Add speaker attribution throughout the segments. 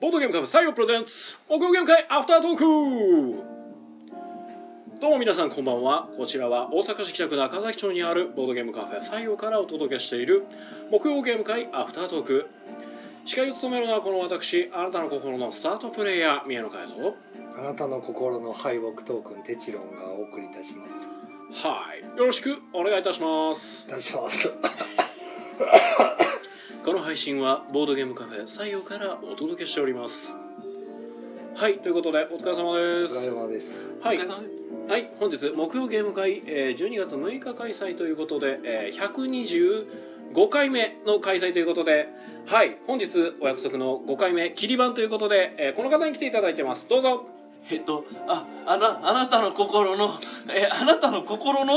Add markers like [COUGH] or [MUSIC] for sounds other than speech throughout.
Speaker 1: ボードゲームカフェ採用プレゼンツ木曜ゲーム会アフタートークどうも皆さんこんばんはこちらは大阪市北区中崎町にあるボードゲームカフェ採用からお届けしている木曜ゲーム会アフタートーク司会を務めるのはこの私あなたの心のスタートプレイヤー宮野佳代と
Speaker 2: あなたの心の敗北トークンテチロンがお送りいたします。
Speaker 1: はいよろしくお願いいたします
Speaker 2: いたします。
Speaker 1: この配信はボードゲームカフェ採用からお届けしておりますはいということでお疲れ様
Speaker 2: お
Speaker 1: で
Speaker 2: 疲れ
Speaker 1: す
Speaker 2: 様です。
Speaker 1: はい
Speaker 3: お疲れ様です
Speaker 1: はい本日木曜ゲーム会えー12月6日開催ということでえー125回目の開催ということではい本日お約束の5回目切り番ということでえーこの方に来ていただいてますどうぞ
Speaker 3: えっとああなあなたの心のえあなたの心の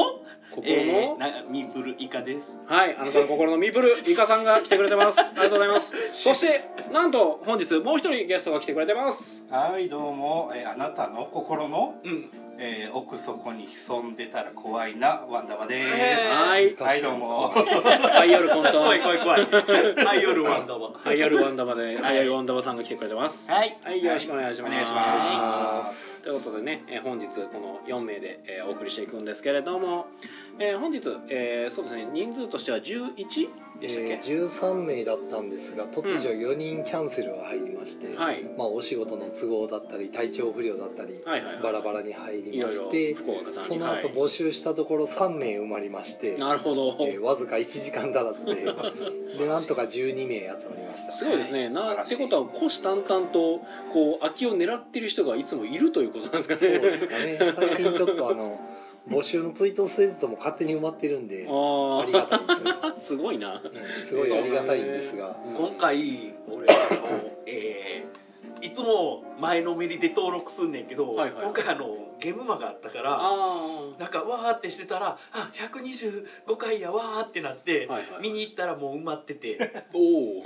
Speaker 1: 心の、
Speaker 3: えーなミープルイカです
Speaker 1: はい、あなたの心のミープル、イカさんが来てくれてます。ありがとうございます。そして、なんと本日もう一人ゲストが来てくれてます。
Speaker 4: はいどうも、えーあなたの心の、
Speaker 3: うん
Speaker 4: えー奥底に潜んでたら怖いなワンダマで
Speaker 3: えー
Speaker 1: はい、
Speaker 4: す。はいどうも。
Speaker 1: ハイアルコント。
Speaker 3: 怖い怖い怖いはい夜ワンダは
Speaker 1: ハイアルワンダマで、ハイアルワンダマさんが来てくれてます。
Speaker 3: はい
Speaker 1: はい、よろしくお願いします。
Speaker 4: お願いします
Speaker 2: す。
Speaker 1: ということでね、えー本日この4名で、えーお送りしていくんですけれども、えー本日、えーそうですね、人数としては11でしたっ
Speaker 2: え
Speaker 1: け
Speaker 2: ー、、13名だったんですが突如4人キャンセルが入りまして、
Speaker 1: はい、
Speaker 2: まあお仕事の都合だったり体調不良だったり、
Speaker 1: はいはいはい
Speaker 2: バラバラに入
Speaker 1: い
Speaker 2: りま
Speaker 1: ろ
Speaker 2: し
Speaker 1: い
Speaker 2: て
Speaker 1: ろ、福岡さん
Speaker 2: そ
Speaker 1: に。
Speaker 2: の後
Speaker 1: は
Speaker 2: 募集したところ3名埋まりまして、
Speaker 1: い、なるほど。
Speaker 2: えーわずか1時間足ら
Speaker 1: [LAUGHS]
Speaker 2: ずででなんとか12名集まりました。
Speaker 1: すごいですね。
Speaker 4: 素晴
Speaker 1: な
Speaker 4: ら
Speaker 1: っ
Speaker 4: してい
Speaker 1: ことは虎視眈々とこう空きを狙ってる人がいつもいるということなんですかね。
Speaker 2: そうですかね。最近ちょっとあの募集のツイートせずとも勝手に埋まってるんで、あり
Speaker 1: あ
Speaker 2: がたいですね。
Speaker 1: あ、すごいな。
Speaker 2: うんすごいありがたいんですが、
Speaker 3: 今回俺あのえーいつも前のめりで登録すんねんけど、
Speaker 1: はいはい
Speaker 3: 今回あのゲームマがあったか
Speaker 1: あ
Speaker 3: ら
Speaker 1: あ、
Speaker 3: なんかわーってしてたらあ125回やわーってなって、
Speaker 1: はいはい
Speaker 3: 見に行ったらもう埋まってて [LAUGHS]
Speaker 1: おお。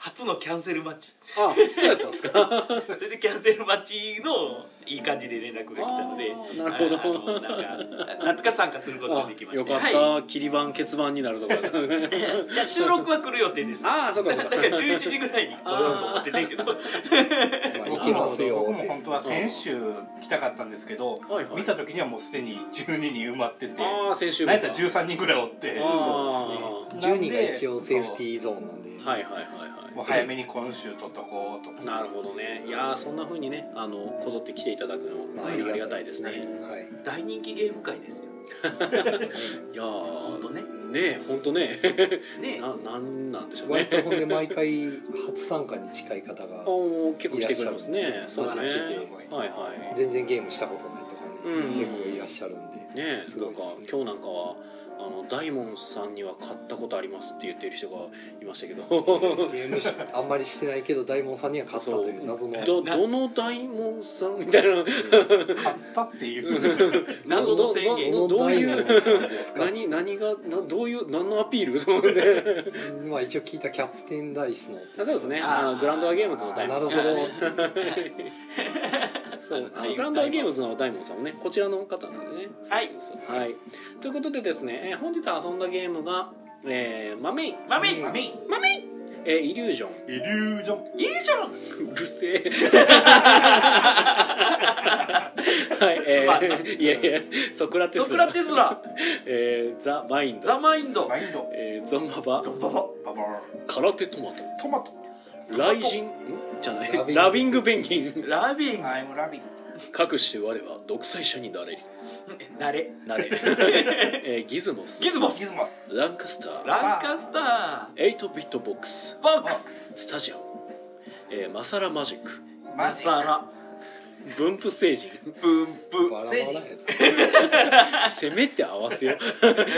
Speaker 3: 初のキャンセル待ち
Speaker 1: あ、そうやったんですか。
Speaker 3: それでキャンセル待ちのいい感じで連絡が来たので
Speaker 1: あーなるほど
Speaker 3: ああのなんかなんとか参加することができま
Speaker 1: あ
Speaker 3: し
Speaker 1: よ
Speaker 3: て
Speaker 1: かった、
Speaker 3: は
Speaker 1: 切り [LAUGHS] 板欠番になるところだったんですね。
Speaker 3: い、いや収録は来る予定ですだか
Speaker 1: ああ、そうかそうか。
Speaker 3: ら11時ぐらいに来ようと思ってたけど
Speaker 2: まあ、
Speaker 4: 僕
Speaker 2: い
Speaker 4: も
Speaker 2: けますよ
Speaker 4: 僕
Speaker 2: っ
Speaker 4: も
Speaker 2: て
Speaker 4: 本当は先週来たかったんですけど、
Speaker 1: はいはい
Speaker 4: 見た時にはもうすでに12人埋まってて、
Speaker 1: ああ、先週
Speaker 4: な
Speaker 1: 分
Speaker 4: んか13人ぐらいおって、
Speaker 1: ああ、
Speaker 4: なん
Speaker 2: 10
Speaker 4: で
Speaker 2: 人が一応セーフティーゾーンなんで、
Speaker 1: はいはいはい
Speaker 4: そうも
Speaker 1: は
Speaker 4: う早めに今週取っとこうと
Speaker 1: い。。なるほどね。いやーそんな風にね、あのこぞって来ていただくの
Speaker 2: ま
Speaker 1: 大変ありがたいですね。
Speaker 2: はい、
Speaker 3: 大人気ゲーム会ですよ
Speaker 1: いやー
Speaker 3: 本当ね
Speaker 1: ねえ本当ね [LAUGHS]
Speaker 3: ね
Speaker 1: ななんなんでしょう
Speaker 2: 割
Speaker 1: ね
Speaker 2: とほんで毎回初参加に近い方が
Speaker 1: あー結構来てくれますねそうですね
Speaker 2: マジ
Speaker 4: で
Speaker 1: はいはい
Speaker 2: 全然ゲームしたことないとか
Speaker 1: う
Speaker 2: ね
Speaker 1: ん、
Speaker 2: 結構いらっしゃるんで、
Speaker 1: ねえ
Speaker 2: す
Speaker 1: な
Speaker 2: ご
Speaker 1: ん
Speaker 2: い
Speaker 1: か
Speaker 2: ですね
Speaker 1: 今日なんかはあの大門さんには買ったことありますって言ってる人がいましたけど
Speaker 2: ゲームしあんまりしてないけど大門さんには勝ったという謎の
Speaker 1: どどの大門さんみたいな
Speaker 4: 買ったっていう。
Speaker 3: 謎の宣言
Speaker 1: どどどう
Speaker 2: 大
Speaker 1: い
Speaker 2: 門
Speaker 1: う
Speaker 2: さんですか
Speaker 1: 何何がなどういう何のアピールと思って
Speaker 2: まあ一応聞いたキャプテンダイスの
Speaker 1: あそうですねあのグランドアゲームズの
Speaker 2: な
Speaker 1: 大門
Speaker 2: る
Speaker 1: さ
Speaker 2: ほ
Speaker 1: ん
Speaker 2: ど
Speaker 1: ですね
Speaker 3: そ
Speaker 1: そう、グランドアゲームズの大門さんもね、こちらの方なんでね。
Speaker 3: はい
Speaker 1: そうそうはい。ということでですね、えー本日遊んだゲームが、えー、マメイン、
Speaker 3: マミ
Speaker 2: マ
Speaker 3: マ
Speaker 2: ミ
Speaker 3: ミ
Speaker 1: えーイリュージョン、
Speaker 4: イリュージョン。
Speaker 3: いいじゃん
Speaker 1: うるせえ。はい、え
Speaker 3: すまんな
Speaker 1: ー、いやいや、ソクラテス、
Speaker 3: ソクラテスラ
Speaker 1: えーザ・マインド、
Speaker 3: ザ・マインド
Speaker 4: マインド。
Speaker 1: えーゾンババ、
Speaker 3: ゾンババ
Speaker 4: ババー
Speaker 1: 空手トマト、
Speaker 4: トマト。
Speaker 1: ライジン、んじゃな
Speaker 2: ラビン
Speaker 1: い、ラビングペンギン、
Speaker 3: ラビン
Speaker 4: アイムラビン。
Speaker 1: かくして我は独裁者になれり、
Speaker 3: 誰
Speaker 1: な
Speaker 3: [LAUGHS]
Speaker 1: れ、えーギズモス、
Speaker 3: ギズモス
Speaker 4: ギズマス。
Speaker 1: ランカスター、
Speaker 3: ランカスタ
Speaker 1: 8ビットボックス、
Speaker 3: ーボッ
Speaker 4: ボ
Speaker 3: クス
Speaker 4: ックス。
Speaker 1: スタジアム、えーマサラマジック
Speaker 4: マ
Speaker 3: マ
Speaker 4: ジ。
Speaker 3: サラ
Speaker 1: 分布成
Speaker 3: [LAUGHS]
Speaker 1: 人
Speaker 3: ブンブ
Speaker 2: バラバラやった
Speaker 1: せめて合わせよ、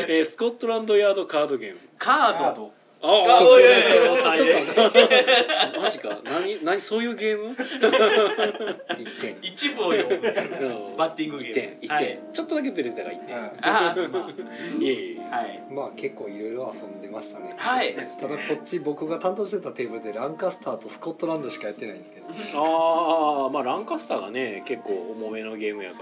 Speaker 1: えースコットランドヤードカードゲーム
Speaker 3: カ
Speaker 4: カ
Speaker 3: ー
Speaker 4: ー
Speaker 3: ド
Speaker 4: ド。
Speaker 1: あ
Speaker 3: あ
Speaker 1: あ
Speaker 3: おいおいおい
Speaker 1: ちょっとあの [LAUGHS] マジか何何そういうゲーム
Speaker 2: 一点
Speaker 3: 一部を読むバッティング
Speaker 1: 1
Speaker 3: ゲー
Speaker 1: 点
Speaker 3: ム
Speaker 1: 一点、
Speaker 3: はい
Speaker 1: ちょっとだけずれたら1
Speaker 4: う
Speaker 1: 点、
Speaker 4: ん。
Speaker 3: あーすまん
Speaker 1: いえいえ
Speaker 3: はい
Speaker 2: まあ結構いろいろ遊んでましたね
Speaker 3: はい
Speaker 4: です
Speaker 2: ただこっち僕が担当してたテーブルでランカスターとスコットランドしかやってないんですけど、
Speaker 1: ああまあランカスターがね結構重めのゲームやか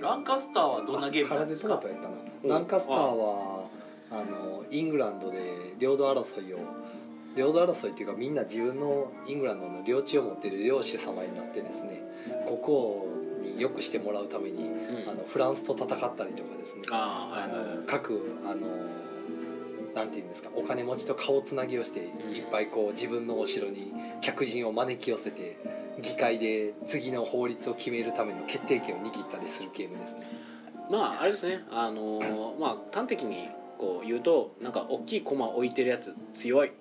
Speaker 1: ら
Speaker 3: ランカスターはどんなゲーム
Speaker 2: カ
Speaker 3: な
Speaker 2: ラ
Speaker 3: んで
Speaker 2: デ
Speaker 3: す
Speaker 2: トマ
Speaker 3: か
Speaker 2: トやったな
Speaker 1: うん
Speaker 2: ランカスターはあのイングランドで領土争いを領土争いっていうかみんな自分のイングランドの領地を持ってる領主様になってですね国王によくしてもらうために
Speaker 1: うん
Speaker 2: あのフランスと戦ったりとかですね
Speaker 1: あーは
Speaker 2: あ
Speaker 1: いはいはい
Speaker 2: の各あのなんていうんですかお金持ちと顔つなぎをして
Speaker 1: ん
Speaker 2: いっぱいこう自分のお城に客人を招き寄せて議会で次の法律を決めるための決定権を握ったりするゲームですね。
Speaker 1: まああれですねあのーまあ端的にこう言うとなんか大きい駒置いてるやつ強い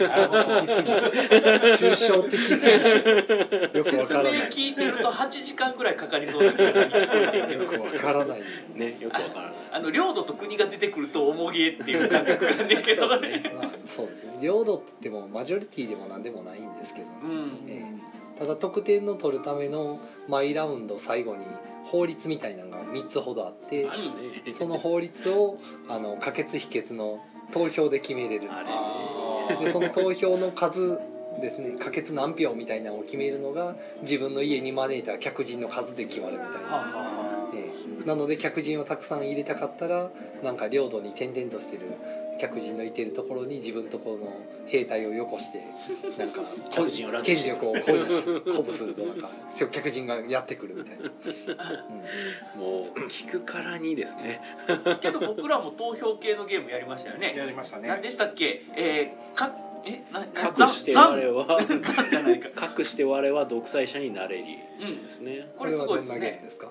Speaker 4: なるほど
Speaker 2: 抽象的すぎて [LAUGHS] よくわ
Speaker 3: 説
Speaker 2: から
Speaker 3: 明
Speaker 2: ない。
Speaker 3: 聞いてると8時間ぐらいかかりそうな気が聞こえて
Speaker 2: よくわからない。
Speaker 1: ねよくわからない
Speaker 3: あの領土と国が出てくると重げっていう感覚があ [LAUGHS] んねんけどね
Speaker 2: まあそうですね。領土って言ってもマジョリティでもなんでもないんですけど、
Speaker 3: うん
Speaker 2: ええただ得点の取るためのマイラウンド最後に法律みたいなのが3つほどあって
Speaker 1: あ、るね
Speaker 2: その法律をあの可決否決の投票で決めれる。
Speaker 1: あれ
Speaker 4: あー
Speaker 2: でその投票の数ですね可決何票みたいなのを決めるのが自分の家に招いた客人の数で決まるみたいな
Speaker 3: はあ。は
Speaker 2: ええなので客人をたくさん入れたかったらなんか領土に転々としてる客人のいてるところに自分とこの兵隊をよこしてなんか
Speaker 1: [LAUGHS] 客人を拉致
Speaker 2: 権
Speaker 1: して
Speaker 2: 力を誇示する鼓舞するとなんか [LAUGHS] 客人がやってくるみた
Speaker 1: [LAUGHS]
Speaker 2: いな、
Speaker 1: もう聞くからにですね
Speaker 3: あけど僕らも投票系のゲームやりましたよね
Speaker 4: やりましたね
Speaker 3: 何でしたっけえー、かえなな
Speaker 1: 隠して我は
Speaker 3: ザンザンじゃないか
Speaker 1: 隠して我は独裁者になれり
Speaker 3: うん
Speaker 1: ですね
Speaker 3: これすごいです
Speaker 2: これはどんなゲーム
Speaker 3: ね
Speaker 2: ですか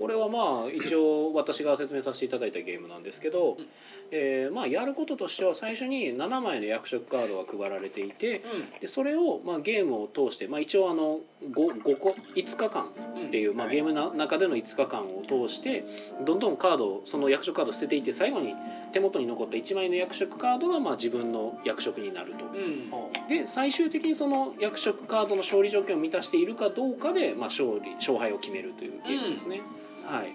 Speaker 1: これはまあ一応私が説明させていただいたゲームなんですけど、
Speaker 3: うん
Speaker 1: えーまあ、やることとしては最初に7枚の役職カードが配られていてでそれをまあゲームを通して、まあ、一応あの 5, 5個5日間
Speaker 3: うんう
Speaker 1: っ
Speaker 3: ん
Speaker 1: ていう、まあ、ゲームの中での5日間を通してどんどんカードをその役職カードを捨てていって最後に手元に残った1枚の役職カードがまあ自分の役職になると。
Speaker 3: うん
Speaker 4: ほう
Speaker 1: で最終的にその役職カードの勝利条件を満たしているかどうかで、まあ、勝利勝敗を決めるというゲームですね、はい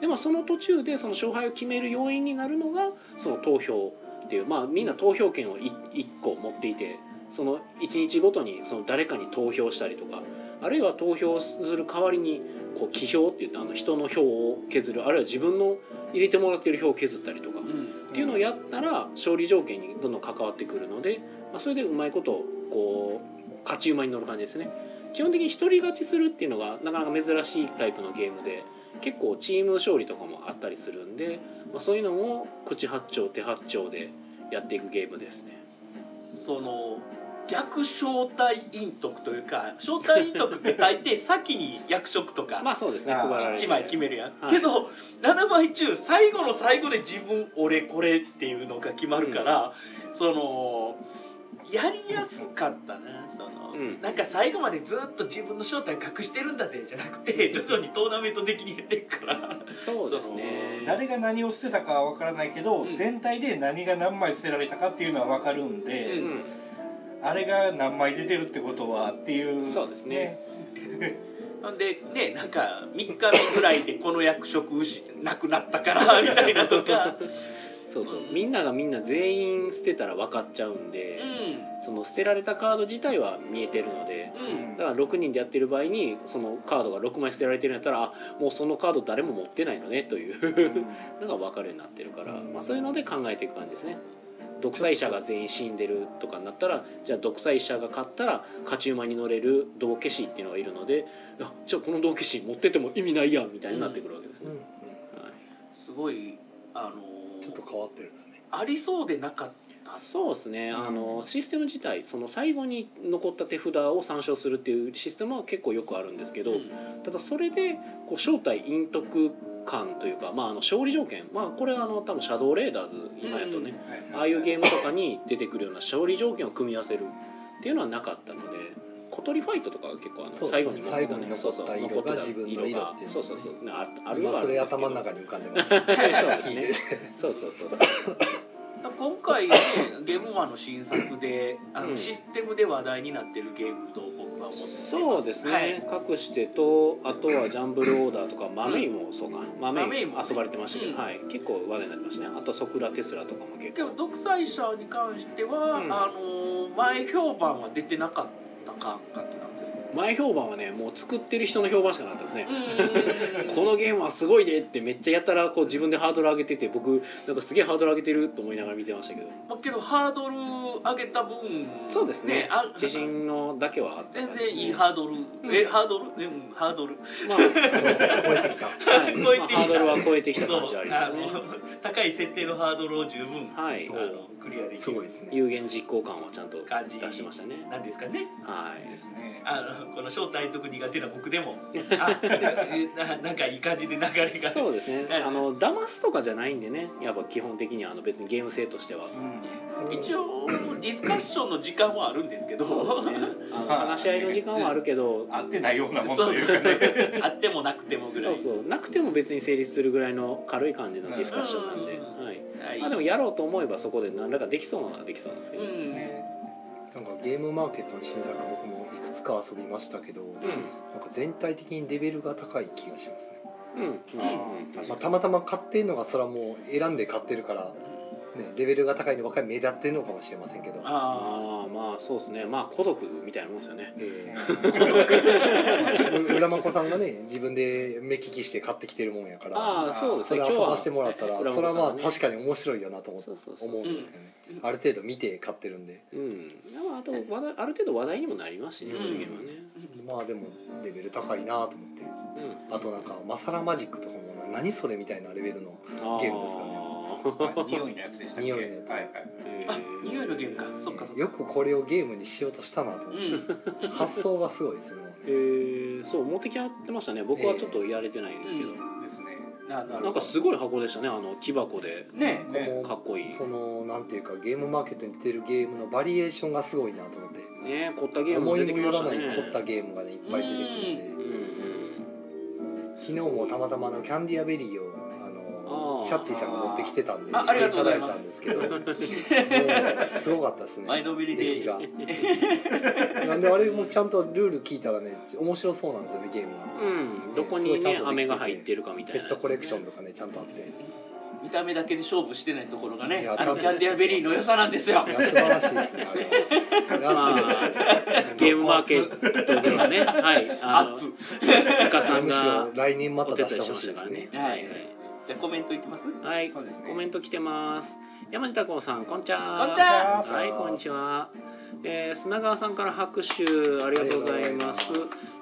Speaker 1: でまあその途中でその勝敗を決める要因になるのがその投票っていうまあみんな投票権を 1, 個持っていてその1日ごとにその誰かに投票したりとかあるいは投票する代わりにこう起票っていってあの人の票を削るあるいは自分の入れてもらってる票を削ったりとか
Speaker 3: うん
Speaker 1: っていうのをやったら勝利条件にどんどん関わってくるので、まあ、それでうまいことこう勝ち馬に乗る感じですね基本的に一人勝ちするっていうのがなかなか珍しいタイプのゲームで結構チーム勝利とかもあったりするんで、まあ、そういうのを口八丁手八丁でやっていくゲームですね
Speaker 3: その逆招待陰徳というか招待陰徳って大抵先に役職とか
Speaker 1: まあそうですね
Speaker 4: あ
Speaker 1: 配
Speaker 4: ー
Speaker 1: られて
Speaker 3: 1枚決めるやん、
Speaker 1: はい
Speaker 3: けど7枚中最後の最後で自分俺これっていうのが決まるから、そのやりやすかったなその、
Speaker 1: うん
Speaker 3: なんか最後までずっと自分の正体隠してるんだぜじゃなくて徐々にトーナメント的に減っていくから
Speaker 1: そうですね
Speaker 4: 誰が何を捨てたかは分からないけど、
Speaker 3: うん
Speaker 4: 全体で何が何枚捨てられたかっていうのは分かるんで、
Speaker 1: うん
Speaker 4: あれが何枚出てるってことはっていう、
Speaker 1: そうですね
Speaker 3: ほんでねなんか3日目ぐらいでこの役職失なくなったからみたいなとか
Speaker 1: そうそうみんながみんな全員捨てたら分かっちゃうんで、
Speaker 3: う
Speaker 1: その捨てられたカード自体は見えてるので、
Speaker 3: んうん
Speaker 1: だから6人でやってる場合にそのカードが6枚捨てられてるんやったらあもうそのカード誰も持ってないのねというのが分かるようになってるから、まあ、そういうので考えていく感じですね独裁者が全員死んでるとかになったらじゃあ独裁者が勝ったら勝ち馬に乗れる道化師っていうのがいるのであじゃあこの道化師持ってても意味ないやんみたいになってくるわけです
Speaker 2: うん
Speaker 1: ね、はい、
Speaker 3: すごいあの
Speaker 2: ちょっと変わってるんですね。
Speaker 3: ありそうでなかった
Speaker 1: そうですね、
Speaker 4: うん
Speaker 1: あのシステム自体その最後に残った手札を参照するっていうシステムは結構よくあるんですけど、
Speaker 3: うん
Speaker 1: ただそれでこう正体陰徳感というか、まあ、あの勝利条件、まあ、これはあの多分シャドウレーダーズ今やとね、ああいうゲームとかに出てくるような勝利条件を組み合わせるっていうのはなかったので小鳥ファイトとかは結構あの、
Speaker 2: そう
Speaker 1: 最後に持って
Speaker 2: 最後
Speaker 1: た
Speaker 2: に
Speaker 1: ね
Speaker 2: 残
Speaker 1: そ
Speaker 2: っ
Speaker 1: うそう
Speaker 2: た色が自分の色っていうの
Speaker 1: が
Speaker 2: がね
Speaker 1: そうそうそうああるは
Speaker 2: 今
Speaker 1: あ
Speaker 2: そ
Speaker 1: るんです
Speaker 2: れ
Speaker 1: けど
Speaker 2: 頭の中に浮かんで
Speaker 1: [LAUGHS]
Speaker 2: まし
Speaker 1: は
Speaker 2: た。
Speaker 1: いそう
Speaker 2: 聞い
Speaker 1: で
Speaker 2: て
Speaker 1: すねそうそうそうそう
Speaker 3: 今回、ね、ゲームマンの新作であの、
Speaker 1: うん
Speaker 3: システムで話題になってるゲームと僕は思ってます
Speaker 1: そうですね、
Speaker 3: はい
Speaker 1: 隠してとあとはジャンブルオーダーとかマメイもそうかマメイ
Speaker 3: 豆もね
Speaker 1: 遊ばれてましたけど、
Speaker 3: うん
Speaker 1: はい、結構話題になりましたねあとソクラテスラとかも結
Speaker 3: け
Speaker 1: 構
Speaker 3: ど独裁者に関しては、
Speaker 1: うん
Speaker 3: あの前評判は出てなかった感覚なんですよね
Speaker 1: 前評判はねもう作ってる人の評判しかなかったですね
Speaker 3: う、ん
Speaker 1: このゲームはすごいねってめっちゃやったらこう自分でハードル上げてて僕なんかすげえハードル上げてると思いながら見てましたけど
Speaker 3: [LAUGHS] まあけどハードル上げた分
Speaker 1: そうですね
Speaker 3: あ
Speaker 1: 自信のだけはあった
Speaker 3: 全
Speaker 1: 感じ
Speaker 3: 然いいハードル、
Speaker 1: ん
Speaker 3: えハードルねうんハードル
Speaker 1: まあ、はい
Speaker 2: 超えてき
Speaker 1: [LAUGHS] まあ
Speaker 2: た
Speaker 3: [LAUGHS] 超えてきた
Speaker 1: ハードルは超えてきた
Speaker 3: そう
Speaker 1: 感じはありますね [LAUGHS]
Speaker 3: あの高い設定のハードルを十分、
Speaker 1: はい
Speaker 3: あのクリアでき
Speaker 2: すごい
Speaker 3: る
Speaker 2: ですね
Speaker 1: 有言実行感はちゃんと
Speaker 3: 感じ
Speaker 1: 出してましたね
Speaker 3: なんですかね
Speaker 1: はい
Speaker 4: ですね
Speaker 3: あのこの正体特苦手な僕
Speaker 1: [LAUGHS]
Speaker 3: でもあえななんかいい感じで流れが
Speaker 1: そうですね
Speaker 3: はい
Speaker 1: あの騙すとかじゃないんでねやっぱ基本的にはあの別にゲーム性としては
Speaker 4: うん
Speaker 3: 一応ディスカッションの時間はあるんですけど
Speaker 1: そうですねあの話し合いの時間はあるけど
Speaker 4: 合ってないようなもん
Speaker 3: そ
Speaker 4: と
Speaker 3: う
Speaker 4: いうかね
Speaker 3: あってもなくてもぐら
Speaker 1: そ
Speaker 3: いう
Speaker 1: そうなくても別に成立するぐらいの軽い感じのディスカッションなんで、
Speaker 3: うん
Speaker 1: はい
Speaker 3: はい
Speaker 1: まあ、でもやろうと思えばそこで何らかできそうなのはできそうなんですけ
Speaker 3: う
Speaker 1: ど、うん
Speaker 3: ん
Speaker 2: なんかゲームマーケットの新作僕もいくつか遊びましたけど、なんか全体的にレベルが高い気がしますね、
Speaker 1: うん
Speaker 4: ん
Speaker 1: うん
Speaker 2: まあ、たまたま買ってんのがそれはもう選んで買ってるから、ね、レベルが高いのばっかり目立ってるのかもしれませんけど、
Speaker 3: あ
Speaker 1: ああまあそうですねまあ孤独みたいなもんですよね
Speaker 2: えー、う浦 [LAUGHS] 真子さんがね自分で目利きして買ってきてるもんやから
Speaker 1: ああそうです
Speaker 2: そ
Speaker 1: ね
Speaker 2: れ
Speaker 1: 今
Speaker 2: は
Speaker 1: 日
Speaker 2: 遊
Speaker 1: は
Speaker 2: ばしてもらったら、
Speaker 1: 浦真
Speaker 2: そ
Speaker 1: 子
Speaker 2: れ
Speaker 1: さ
Speaker 2: は
Speaker 1: ん
Speaker 2: ま
Speaker 1: が
Speaker 2: あ
Speaker 1: ね
Speaker 2: 確かに面白いよなと思って
Speaker 1: そうそうそう
Speaker 2: 思うんですけどねある程度見て買ってるんで
Speaker 1: うんでもあと話題ある程度話題にもなりますしね、
Speaker 3: うん
Speaker 1: そういうゲームはね、
Speaker 2: まあでもレベル高いなと思って
Speaker 1: うん、
Speaker 2: あとなんか「マサラマジック」とかも何それみたいなレベルのゲームですか
Speaker 1: ね
Speaker 4: あ匂いのやつでしたっけ
Speaker 2: 匂いのやつ
Speaker 4: はいはい
Speaker 3: あ匂いのゲームかそっかそっか
Speaker 2: よくこれをゲームにしようとしたなと思っ
Speaker 3: う
Speaker 2: て、
Speaker 3: ん
Speaker 2: 発想がすごいですね
Speaker 1: えー、そう持ってき合ってましたね僕はちょっとやれてないですけど、
Speaker 3: え
Speaker 4: ですね
Speaker 3: ななるほど
Speaker 1: なんかすごい箱でしたねあの木箱で
Speaker 3: ね
Speaker 2: こ
Speaker 4: ね
Speaker 2: の
Speaker 1: かっこいい
Speaker 2: そのなんていうかゲームマーケットに出てるゲームのバリエーションがすごいなと思って
Speaker 1: ね凝ったゲームも
Speaker 2: 思
Speaker 1: 出
Speaker 2: い
Speaker 1: てき
Speaker 2: も
Speaker 1: ま
Speaker 2: よ
Speaker 1: し
Speaker 2: ら
Speaker 1: た
Speaker 2: な
Speaker 1: ね
Speaker 2: い凝ったゲームがねいっぱい出てくるん
Speaker 1: う
Speaker 2: で
Speaker 1: んうん
Speaker 2: 昨日もたまたまあのキャンディアベリーをあ
Speaker 1: あ
Speaker 2: の
Speaker 1: ー
Speaker 2: シャッツィさんが持ってきてたんで
Speaker 3: あありがとうございます
Speaker 2: ただいたんですけどもうすごかったですね
Speaker 3: 前のめりで
Speaker 2: 出来がなんであれもちゃんとルール聞いたらね面白そうなんですよねゲームは
Speaker 1: うん、どこに
Speaker 2: すごいち
Speaker 1: ね
Speaker 2: ゃんとで
Speaker 1: 飴
Speaker 2: きてて
Speaker 1: が入ってるかみた
Speaker 2: セ
Speaker 1: いな
Speaker 2: ッ
Speaker 1: や
Speaker 2: ト
Speaker 1: つ
Speaker 2: コレクションとかねちゃんとあってい
Speaker 3: 見た目だけで勝負してないところが
Speaker 2: い
Speaker 3: ね
Speaker 2: や
Speaker 3: あ
Speaker 2: ちゃん
Speaker 3: の
Speaker 2: と
Speaker 3: キャンディアベリーの良さなんですよ
Speaker 2: や素晴らしいですねあれはいやすごい
Speaker 1: [LAUGHS] ま
Speaker 2: です
Speaker 1: あゲームマーケットで
Speaker 2: [LAUGHS]
Speaker 1: はね、はい、あの、
Speaker 3: 熱
Speaker 1: イカさん
Speaker 2: むし
Speaker 1: が
Speaker 2: ろ来年ま
Speaker 1: お
Speaker 2: た
Speaker 1: 手
Speaker 2: 出
Speaker 1: 伝い
Speaker 2: して
Speaker 1: し
Speaker 2: ほ
Speaker 1: ま
Speaker 2: し
Speaker 1: し
Speaker 2: い
Speaker 1: たから
Speaker 2: ですね
Speaker 1: ね。
Speaker 3: は
Speaker 1: はいい、
Speaker 3: じゃあコメントいきます
Speaker 1: はい、
Speaker 4: そうですね
Speaker 1: コメント来てます。山下幸さん、こんちゃ
Speaker 3: こんちゃ
Speaker 2: ー
Speaker 1: はい、こんにちは。えー、砂川さんから拍手ありがとうございます
Speaker 2: ありがとうございま。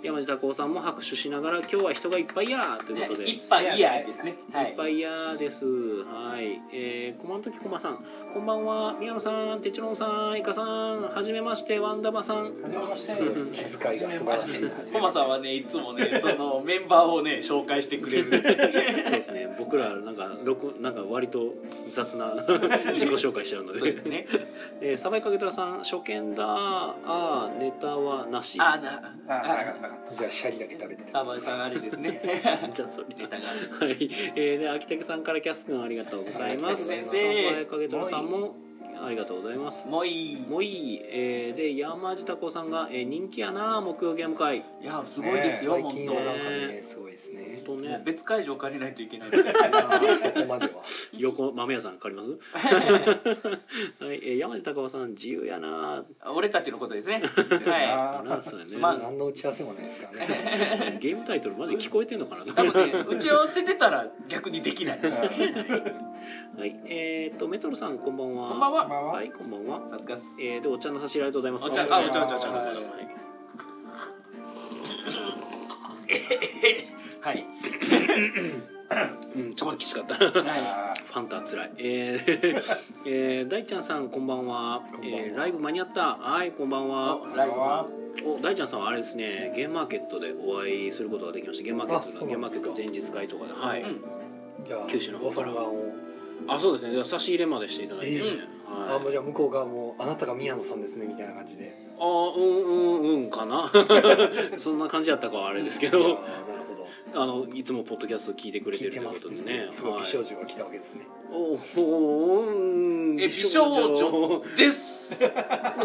Speaker 1: 山下幸さんも拍手しながら、今日は人がいっぱいやーということで。
Speaker 3: 一杯イヤーですねはい
Speaker 1: いっぱいやです。はい。えー、駒時駒さん、こんばんは。宮野さん、てちろんさん、いかさん、はじめまして、ワンダバさ [LAUGHS] ん。
Speaker 4: 初めまして
Speaker 2: 気遣いが素晴らしいな
Speaker 3: コマさんはねいつもねそのメンバーをね紹介してくれる
Speaker 1: [LAUGHS] そうですね。僕らなんか録なんか割と雑 [LAUGHS] な自己紹介しちゃうの
Speaker 3: そう
Speaker 1: で
Speaker 3: です。ね
Speaker 1: えー、サバイカゲトラさん初見だあーネタはなし
Speaker 3: あな
Speaker 4: あなか
Speaker 3: あ
Speaker 4: ったなかっ
Speaker 2: じゃあシャリだけ食べて
Speaker 3: サバさんあれですね
Speaker 1: じゃあそれ
Speaker 3: ネタが
Speaker 1: はいえー、で秋竹さんからキャス君ありがとうございます
Speaker 3: はい秋
Speaker 1: サ
Speaker 3: 竹先生
Speaker 1: バイカゲトラさんもありがとうございます
Speaker 3: もういい
Speaker 1: もういい、えー、で山下子さんが、えー、人気やな木曜ゲーム会
Speaker 3: いやすごいですよ
Speaker 2: 最
Speaker 3: 本
Speaker 2: 近
Speaker 3: 当
Speaker 2: は
Speaker 3: も
Speaker 2: なんかねすごいですね
Speaker 1: 本当
Speaker 3: う
Speaker 1: ね
Speaker 3: 別会場借りないといけない
Speaker 2: いやーそこまでは
Speaker 1: 横豆屋さん借ります [LAUGHS] はい、えー、山下子さん自由やな
Speaker 3: 俺たちのことですねは
Speaker 4: た
Speaker 1: なんすかね
Speaker 3: すまん
Speaker 2: 何の打ち合わせもないですから
Speaker 1: [LAUGHS]
Speaker 2: ね
Speaker 1: ゲームタイトルマジ聞こえてんのかない
Speaker 3: 多分ね打ち合わせてたら逆にできない
Speaker 1: [LAUGHS] はいえー、っとメトロさんこんばんは
Speaker 3: こんばん
Speaker 4: こん
Speaker 3: は
Speaker 4: ばんは
Speaker 1: はいこんばんは
Speaker 3: さすがっす
Speaker 1: えー、でお茶の差しありがとうございます
Speaker 3: お茶
Speaker 4: あお茶お茶お茶
Speaker 1: はい
Speaker 3: はい
Speaker 1: うん、ちょっときつかった。 [LAUGHS] フ
Speaker 4: あ
Speaker 1: ァンタはつらい。えー [LAUGHS] えー、大ちゃんさん、こんばんは。
Speaker 2: こんばんは
Speaker 1: えーライブ間に合った。はい、こんばんは。
Speaker 3: ライブは
Speaker 1: お、大ちゃんさんはあれですね、ゲームマーケットでお会いすることができました。ゲームマーケット
Speaker 2: あ
Speaker 1: の、
Speaker 2: そう
Speaker 1: ゲー
Speaker 2: な
Speaker 1: ムマ
Speaker 2: ん
Speaker 1: ー
Speaker 2: で
Speaker 1: ケ
Speaker 2: す
Speaker 1: ッ
Speaker 2: か
Speaker 1: ト前日会とかで。は
Speaker 3: う
Speaker 1: い。
Speaker 3: ん
Speaker 2: じゃあ
Speaker 1: 九州の方
Speaker 2: ご
Speaker 1: か
Speaker 2: 参
Speaker 1: ら
Speaker 2: 観を
Speaker 1: あ、そうですね。では差し入れまでしていただいて、
Speaker 2: え
Speaker 1: ね
Speaker 3: ー
Speaker 2: あもう
Speaker 1: はい。
Speaker 2: じゃあ向こう側もあなたが宮野さんですねみたいな感じで
Speaker 1: あー、うんうんうんか
Speaker 2: [LAUGHS]
Speaker 1: な。そんな感じだったかはあれですけ
Speaker 2: いやー
Speaker 1: ど、
Speaker 2: なるほど
Speaker 1: あのいつもポッドキャストを聞いてくれて
Speaker 2: 聞い
Speaker 1: るとい
Speaker 2: て
Speaker 1: う
Speaker 2: ま
Speaker 1: こ
Speaker 2: す
Speaker 1: と
Speaker 2: ね
Speaker 1: でね。
Speaker 2: すごい
Speaker 1: はい
Speaker 2: 美少女が来たわけですね
Speaker 1: おおうん
Speaker 3: え美少女です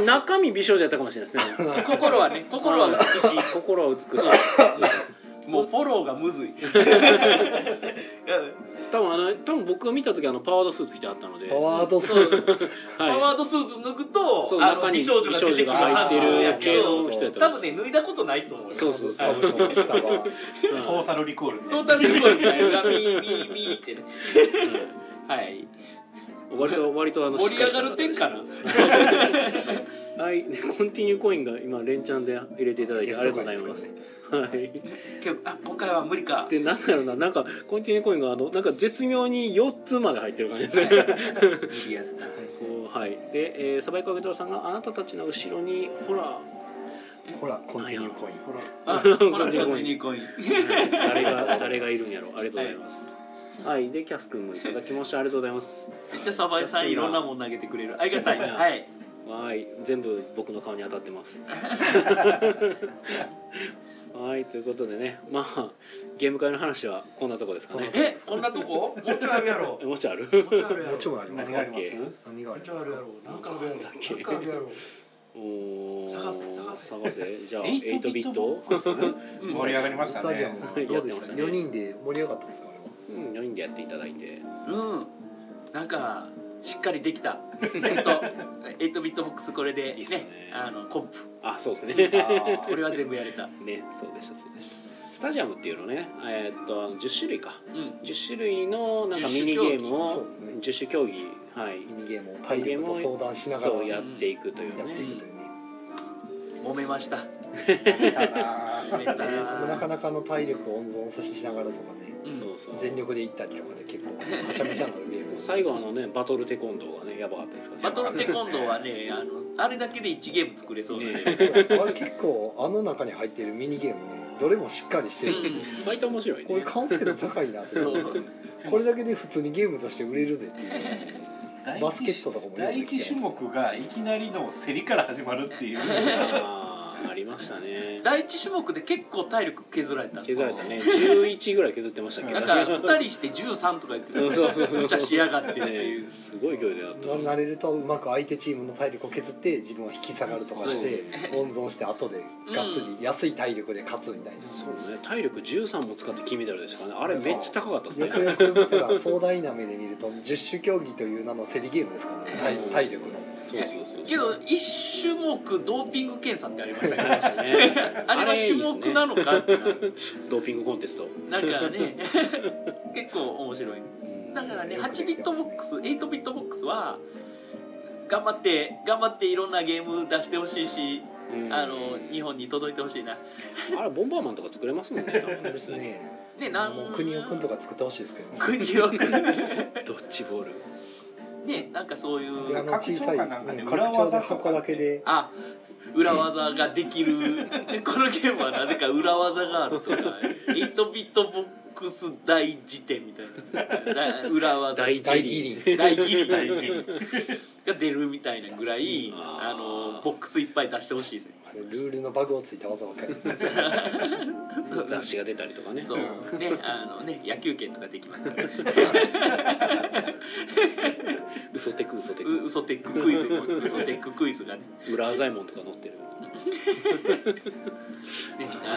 Speaker 1: 中身美少女やったかもしれないです
Speaker 2: [LAUGHS]
Speaker 1: ね
Speaker 3: 心はね心は美しい
Speaker 1: 心は美しい
Speaker 3: [LAUGHS] もうフォローがむずい。
Speaker 1: 多分あの多分僕が見た時あのパワードスーツ着てあったので
Speaker 2: パワードスーツ
Speaker 1: はい
Speaker 3: パワードスーツ脱ぐと
Speaker 1: そう
Speaker 3: あ
Speaker 1: 中
Speaker 3: の
Speaker 1: に
Speaker 3: 美少女が出てく
Speaker 1: 美
Speaker 3: る
Speaker 1: 少女が
Speaker 3: はず
Speaker 1: 入
Speaker 3: や
Speaker 1: ってる
Speaker 3: け
Speaker 1: 系
Speaker 3: ど
Speaker 1: の人やった
Speaker 3: 多分ね脱いだことないと思うよ
Speaker 1: そうそうそ
Speaker 2: 多
Speaker 1: う
Speaker 3: はい
Speaker 2: 分した
Speaker 1: [LAUGHS]
Speaker 2: わ
Speaker 1: うん
Speaker 4: トータルリコールみた
Speaker 3: ト
Speaker 4: い
Speaker 3: ー
Speaker 4: な
Speaker 3: タルリコールみたいなミーミーミーってねはい
Speaker 1: うん割と割とあの
Speaker 3: 盛り上がる点か
Speaker 1: し
Speaker 3: な
Speaker 1: っかりした方です [LAUGHS] はいねコンティニューコインが今連チャンで入れていただいてありがとうございますはい
Speaker 3: けどあ今回は無理
Speaker 1: [LAUGHS]
Speaker 3: か
Speaker 1: でなんだろうななんかコンティニューコインがあのなんか絶妙に4つまで入ってる感じですね
Speaker 3: 無理やった
Speaker 1: こうはいで、えー、サバイカゲトラさんがあなたたちの後ろにほら
Speaker 2: ほらコンティニューコイン
Speaker 4: ほら
Speaker 3: あ
Speaker 1: うんこっ
Speaker 3: ほらコ
Speaker 1: ち
Speaker 3: ンテ
Speaker 1: が
Speaker 3: ィ
Speaker 1: 多い
Speaker 3: ニューコイン
Speaker 1: 誰が誰がいるんやろありがとうございますはい、でキャス君もいただきましてありがとうございます
Speaker 3: めっちゃサバイさんいろんなもん投げてくれるありがたい
Speaker 1: はい
Speaker 3: はい
Speaker 1: はい全部僕の顔に当たってますはいということでねまあゲーム会の話はこんなとこですかね
Speaker 3: えこんなとこもうちょいあるやろ
Speaker 1: えもちろんある
Speaker 3: もうちょいあるや
Speaker 2: も
Speaker 3: ろ
Speaker 2: うちょいあります
Speaker 4: 何があります
Speaker 2: 何が
Speaker 3: も
Speaker 2: あ
Speaker 3: う
Speaker 2: り
Speaker 3: ちょい
Speaker 2: ます
Speaker 3: あるや
Speaker 2: か
Speaker 3: ろなんかあるやろなんかあるやろ
Speaker 1: おー
Speaker 3: 探せ探せ
Speaker 1: 探せじゃあ8
Speaker 4: 8
Speaker 1: ビ
Speaker 4: ビ
Speaker 1: ッ
Speaker 4: ッ [LAUGHS]
Speaker 1: ト
Speaker 4: ト
Speaker 3: うん
Speaker 4: 盛り上がりまし
Speaker 2: ス
Speaker 4: た
Speaker 2: タジア
Speaker 4: ね
Speaker 2: ムはどうで
Speaker 1: やってま
Speaker 2: し
Speaker 1: した
Speaker 2: た
Speaker 1: ね
Speaker 2: 4人で盛り上がったんですかあれは
Speaker 1: うん4人でやっていただいて
Speaker 3: うんなんかしっかりできた本当8ビットボックスこれ
Speaker 1: い
Speaker 3: で
Speaker 1: い
Speaker 3: ね
Speaker 1: っすね
Speaker 3: あのコップ
Speaker 1: [LAUGHS] あそうですね
Speaker 4: あ
Speaker 3: これは全部やれた
Speaker 1: ねそうでしたそうでしたスタジアムっていうのね、えーっとあの10種類か
Speaker 3: うん
Speaker 1: 10種類のなんかミニゲーム
Speaker 2: そう
Speaker 1: を
Speaker 2: ですね
Speaker 1: 10種競技はい
Speaker 2: ミニゲームを体力と相談しながら
Speaker 1: そう
Speaker 2: や
Speaker 1: やっていくという
Speaker 2: っ
Speaker 1: ね
Speaker 2: ていくというね
Speaker 3: 揉めました
Speaker 4: ーだな
Speaker 3: 揉めた
Speaker 2: でもなか
Speaker 3: な
Speaker 2: なかの体力を温存させしながらとかね
Speaker 1: そうそう
Speaker 2: 全力で行ったりとかで結構はちゃめちゃなるゲームを
Speaker 1: 最後あのねバトルテコンドーがねやばかったですから
Speaker 3: バトルテコンドーはねあのあれだけで1ゲーム作れそうだね
Speaker 1: ね [LAUGHS]
Speaker 2: あれ結構あの中に入ってるミニゲームねどれもしっかりして
Speaker 3: う
Speaker 2: る
Speaker 3: ん
Speaker 1: 割と面白い
Speaker 2: これ
Speaker 1: ね
Speaker 2: 完成度高いなって
Speaker 3: そうそう
Speaker 2: これだけで普通にゲームとして売れるでっていうバスケットとかもよく
Speaker 4: 第
Speaker 2: できて
Speaker 4: 一
Speaker 2: ます
Speaker 4: 種目がいきなりの競りから始まるっていう
Speaker 1: あーありましたね
Speaker 3: 第一種目で結構体力削られたんです
Speaker 1: 削
Speaker 3: よ
Speaker 1: られたね11ぐらい削ってましたっけ
Speaker 3: なんか2人して13とか言って
Speaker 1: うんそうそうそう
Speaker 3: るむちゃしやがってっていう
Speaker 1: ねすごい勢いでやった
Speaker 2: 慣れるとうまく相手チームの体力を削って自分は引き下がるとかして温存して後でがっつり安い体力で勝つみたいな
Speaker 1: そうね体力13も使って金メダルでしたからねあれめっちゃ高かったです
Speaker 2: よ
Speaker 1: ね
Speaker 2: くよく見たら壮大な目で見ると10種競技という名の競りゲームですからね体体力の
Speaker 1: そうそうそう
Speaker 3: けど1種目ドーピング検査ってありました
Speaker 1: あり
Speaker 3: けど
Speaker 1: ましたね
Speaker 3: あれは種目なのかってなる
Speaker 1: ドーピングコンテスト
Speaker 3: なんかね [LAUGHS] 結構面白いだからね
Speaker 2: よくできてますね
Speaker 3: 8ビットボックス8ビットボックスは頑張って頑張っていろんなゲーム出してほしいし、
Speaker 1: うん
Speaker 3: あの日本に届いてほしいな
Speaker 1: あれボンバーマンとか作れますもんね多分ね普通に
Speaker 2: ね
Speaker 3: ねなん
Speaker 2: もう国をくんとか作ってほしいですけどね
Speaker 3: 国を
Speaker 1: ドッジボール
Speaker 3: ねなんかそういう
Speaker 2: あの小さい
Speaker 4: 拡張かなんかね
Speaker 2: うん拡張で箱だけで
Speaker 3: あ裏技ができるこのゲームはなぜか裏技があるとか8ビットボックス大辞典みたいなだ裏技
Speaker 1: 大
Speaker 2: 大ギリン
Speaker 3: 大ギリ
Speaker 4: 大義理
Speaker 3: が出るみたいなぐらい
Speaker 1: あ
Speaker 3: あ
Speaker 1: ー
Speaker 3: のボックスいっぱい出してほしいですね
Speaker 2: あれルールのバグをついた技ばっかりですね
Speaker 1: 雑誌が出たりとかね
Speaker 3: そうねあのね野球券とかできますから [LAUGHS] う
Speaker 1: 嘘テク嘘テク
Speaker 3: 嘘テッククイズも嘘テッククイズがね
Speaker 1: 裏左衛門とか載ってる
Speaker 3: ね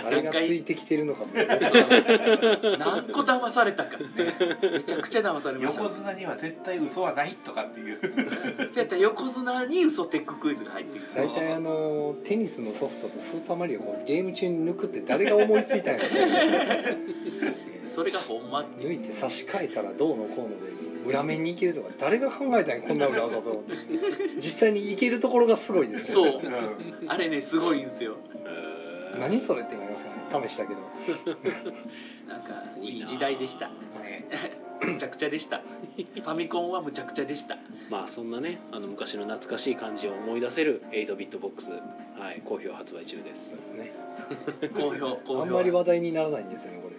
Speaker 2: あれ
Speaker 3: 何
Speaker 2: がつい
Speaker 3: 回
Speaker 2: てきてるのかと思って
Speaker 3: 何個騙されたかめちゃくちゃ騙されました
Speaker 4: 横綱には絶対嘘はないとかっていう
Speaker 3: そうやったら横綱に嘘テッククイズが入ってる
Speaker 2: 大体あのテニスのソフトとスーパーマリオをこうゲーム中に抜くって誰が思いついたんやろ [LAUGHS]
Speaker 3: それがほんまって
Speaker 2: 抜いて差し替えたらどうのこうので裏面に行けるとか誰が考えたんやこんな裏技と思って実際に行けるところがすごいですよ
Speaker 3: そ
Speaker 2: ね
Speaker 3: う
Speaker 4: うん
Speaker 3: あれねすごいんですよ
Speaker 1: えー
Speaker 2: 何それってなりましたね試したけど
Speaker 3: なんかいい時代でした
Speaker 4: ね
Speaker 3: むちゃくちゃでしたファミコンはむちゃくちゃでした
Speaker 1: まあそんなねあの昔の懐かしい感じを思い出せる8ビットボックスはい好評発売中です
Speaker 2: そうですね
Speaker 3: 好評
Speaker 2: あ
Speaker 3: 好
Speaker 2: んまり
Speaker 3: 評
Speaker 2: 話題にならないんですよねこれ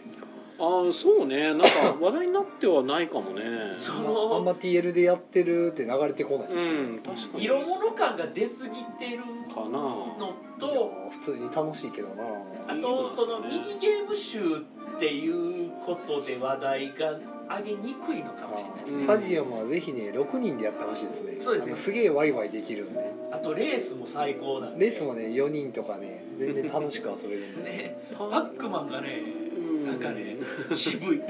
Speaker 1: ああそうねなんか話題になってはないかもね
Speaker 3: そ
Speaker 2: あんま
Speaker 3: の
Speaker 2: TL でやってるって流れてこないです
Speaker 1: う
Speaker 2: よね
Speaker 1: ん確かに
Speaker 3: 色物感が出すぎてる
Speaker 1: かな
Speaker 3: の
Speaker 2: いや
Speaker 3: と
Speaker 2: 普通に楽しいけどな
Speaker 3: あとそのミニゲーム集っていうことで話題が上げにくいのかもしれないです
Speaker 2: ス
Speaker 3: ね
Speaker 2: タジアムはぜひね6人でやってほしいですね
Speaker 3: そうですね
Speaker 2: あのすげえワイワイできるんで
Speaker 3: あとレースも最高なんで
Speaker 2: レースもね4人とかね全然楽しく遊べるんで、
Speaker 3: [LAUGHS] ね
Speaker 1: パ
Speaker 3: パックマンがね
Speaker 1: うんうん
Speaker 3: なんかね渋い
Speaker 2: あ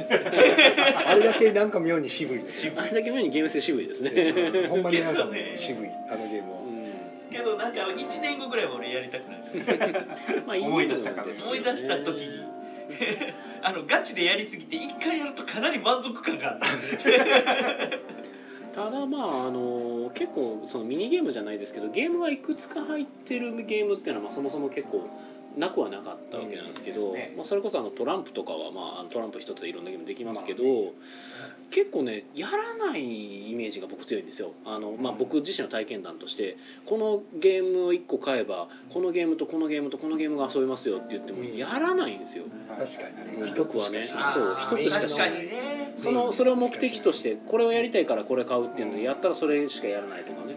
Speaker 2: れだけなんか妙に渋いですよ
Speaker 1: あれだけ目にゲーム性渋いですね、
Speaker 2: ねほんまになんか
Speaker 3: [LAUGHS]
Speaker 2: 渋いあのゲームは
Speaker 1: [LAUGHS] うん
Speaker 3: けどなんか1年後ぐらいは俺やりたくないです
Speaker 1: まあ、いい
Speaker 4: 思い出したから
Speaker 1: ゲームなんですよね
Speaker 3: 思い出した時に [LAUGHS] あのガチでやりすぎて1回やるとかなり満足感がある
Speaker 1: ただまああの結構そのミニゲームじゃないですけどゲームがいくつか入ってるゲームっていうのは、まあ、そもそも結構なくはなかったわけなんですけど、
Speaker 4: うんね
Speaker 1: まあ、それこそあのトランプとかは、まああの、トランプ一つでいろんなゲームできますけど、
Speaker 4: まあ
Speaker 1: 結構ねやらないイメージが僕強いんですよあの、まあ、僕自身の体験談としてこのゲームを1個買えばこのゲームとこのゲームとこのゲームが遊べますよって言っても
Speaker 2: うん
Speaker 1: やらないんですよ。
Speaker 2: 確かにね
Speaker 1: 一つはね
Speaker 2: 一つし
Speaker 1: あ
Speaker 2: か
Speaker 1: そう
Speaker 3: あー
Speaker 1: 一つしか
Speaker 3: 確
Speaker 1: し
Speaker 3: か
Speaker 1: ない
Speaker 3: にね
Speaker 1: そのそれを目的としてこれをやりたいからこれ買うっていうのでやったらそれしかやらないと
Speaker 3: [COUGHS]
Speaker 1: かね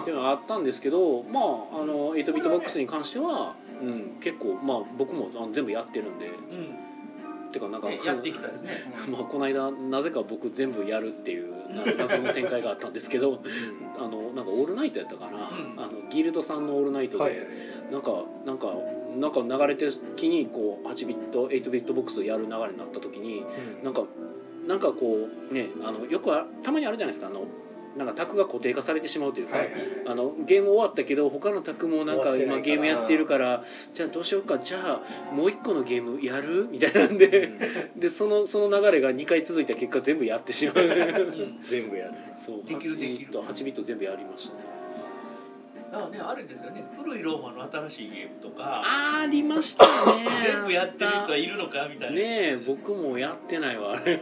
Speaker 1: っていうのがあったんですけどまああの8ビットボックスに関しては、うん、結構まあ僕もあの全部やってるんで
Speaker 3: うん
Speaker 1: てかなんか、
Speaker 3: ねやってきたですね
Speaker 1: [LAUGHS] まあ、この間なぜか僕全部やるっていう
Speaker 3: [LAUGHS]
Speaker 1: な謎の展開があったんですけどあのなんかオールナイトやったかな、
Speaker 3: うん
Speaker 1: あのギルドさんのオールナイトで、
Speaker 2: はい
Speaker 1: なんかなんかなんか流れてる時にこう8ビット8ビットボックスやる流れになった時になんかなんかこうねあのよくあたまにあるじゃないですかあのなんかタクが固定化されてしまうというか、
Speaker 2: はい
Speaker 1: [LAUGHS] あのゲーム終わったけど他のタクもなんか
Speaker 2: 終わってない
Speaker 1: 今
Speaker 2: から
Speaker 1: ゲームやってるからじゃあどうしようかじゃあもう一個のゲームやるみたいなんで、でそのその流れが2回続いた結果全部やってしまう
Speaker 3: うん
Speaker 2: 全部やる
Speaker 1: そう
Speaker 3: できるでき
Speaker 1: 8ビッ
Speaker 3: る
Speaker 1: ト8ビット全部やりましたね
Speaker 3: だからねあるんですよね古いローマの新しいゲームとか
Speaker 1: ありました [LAUGHS] ね
Speaker 3: 全部やってる人はいるのかみたいな、
Speaker 1: ねえ僕もやってないわあれ、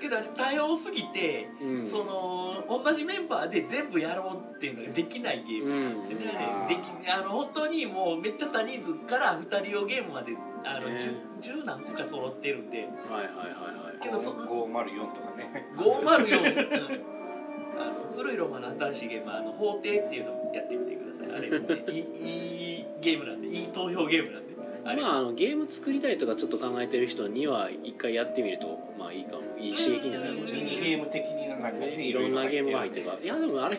Speaker 3: けど多様すぎて、
Speaker 1: うん
Speaker 3: その同じメンバーで全部やろうっていうのができないゲーム
Speaker 1: うん
Speaker 3: でね
Speaker 4: あー
Speaker 3: できあの本当にもうめっちゃ多人数から2人用ゲームまであの、
Speaker 1: ね
Speaker 3: 十十何個か揃ってるんで
Speaker 1: はいはいはいはい
Speaker 3: けどそ
Speaker 4: 504とかね
Speaker 3: 504、うんあの古いロマンの新しいゲームあの法廷っていうのをやってみてくださいあれ、
Speaker 1: [LAUGHS]
Speaker 3: ね、いいいいゲームなんでいい投票ゲームなんであれ、
Speaker 1: まあ、あのゲーム作りたいとかちょっと考えてる人には一回やってみるとまあいいかもいい刺激にはなるかもしれ
Speaker 4: ミ
Speaker 1: ない
Speaker 4: ニ
Speaker 1: で
Speaker 4: ゲーム的になんか
Speaker 1: す
Speaker 4: ね
Speaker 1: ねいろんなゲームが入ってる
Speaker 4: る
Speaker 1: からいやでもあれ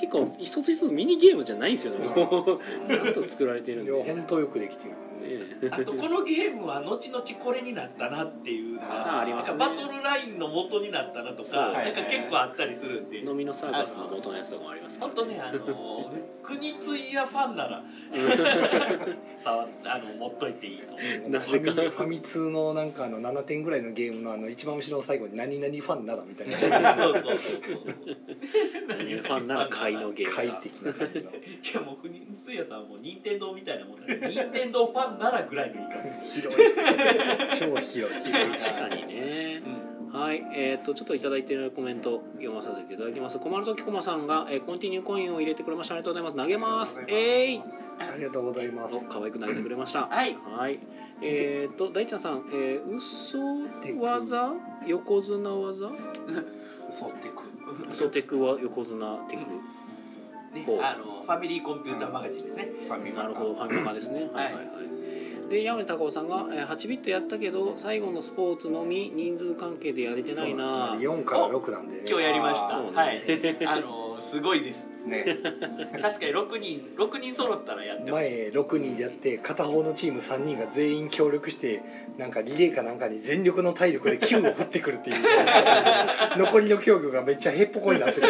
Speaker 1: 結構一つ一つミニゲームじゃないんですよねもうちゃんと作られてるん
Speaker 2: い
Speaker 1: で、
Speaker 2: や
Speaker 1: ね
Speaker 2: 本当よくできてる
Speaker 1: え、
Speaker 3: あとこのゲームは後々これになったなっていうの
Speaker 1: あ
Speaker 3: が
Speaker 1: あり
Speaker 3: な
Speaker 1: ま
Speaker 3: ん
Speaker 1: す
Speaker 3: か
Speaker 1: ね
Speaker 3: バトルラインの元になったなと
Speaker 1: そう
Speaker 3: かなんか
Speaker 4: はいはい
Speaker 3: 結構あったりするんで
Speaker 1: 飲みのサーカスの元のやつとかもありますから
Speaker 3: 本当ねあの国津井やファンなら触っあの持っといていいと思う
Speaker 1: なぜか
Speaker 2: ファミファミ通のなんかあの7点ぐらいのゲームのあの一番後ろの最後に「何々ファンなら」みたいな
Speaker 3: そうそうそうそう
Speaker 1: 何々ファンなら買いのゲーム
Speaker 2: 快適な感じの
Speaker 3: いやもう国津屋さんはもう任天堂みたいなもんだから任天堂ファンならぐらいの言い方、
Speaker 2: 広い超広い
Speaker 1: 確かにねはい、えー、とちょっといただいているコメント読まさせていただきます駒の時駒さんが、えーコンティニューコインを入れてくれましたありがとうございます投げますえい、
Speaker 2: ありがとうございます
Speaker 1: お可愛く投げてくれました
Speaker 3: はい
Speaker 1: はい。えっ、と大ちゃんさん、えー、嘘技横綱技？
Speaker 4: そうってく
Speaker 1: 嘘テクは横綱テク。
Speaker 3: ね
Speaker 1: ほう
Speaker 3: あのファミリーコンピューターマガジンですね、
Speaker 4: ファミマ
Speaker 1: なるほどファミマガですね。はいはいはい。で矢部孝夫さんが、えー、8ビットやったけど最後のスポーツのみ人数関係でやれてないな。
Speaker 2: 4から6なんでね
Speaker 3: 今日やりました、
Speaker 1: あーそうね
Speaker 3: はいあのすごいです
Speaker 4: ね
Speaker 3: 確かに6人6人揃ったらやってほしい
Speaker 2: 前6人でやって片方のチーム3人が全員協力してなんかリレーかなんかに全力の体力で球を振ってくるっていう残りの競技がめっちゃへっぽこになってて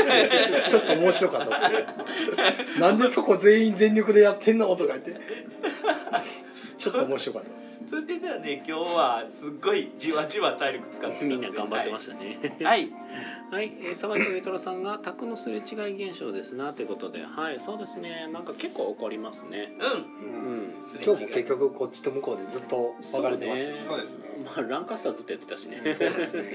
Speaker 2: ちょっと面白かったですけどなんでそこ全員全力でやってんのとか言ってちょっと面白かったです
Speaker 3: それでではね今日はすっごいじわじわ体力使ってたで
Speaker 1: みんな頑張ってましたね。
Speaker 3: はい、
Speaker 1: はい、えー、沢木上虎さんが卓のすれ違い現象ですなということで、はい、そうですね。なんか結構起こりますね。
Speaker 3: うん
Speaker 1: う
Speaker 4: うん
Speaker 1: ん。
Speaker 3: すれ違い
Speaker 2: 今日も結局こっちと向こうでずっと分かれてましたし
Speaker 1: そ
Speaker 4: そうですね
Speaker 1: まあランカスターずっとやってたしね。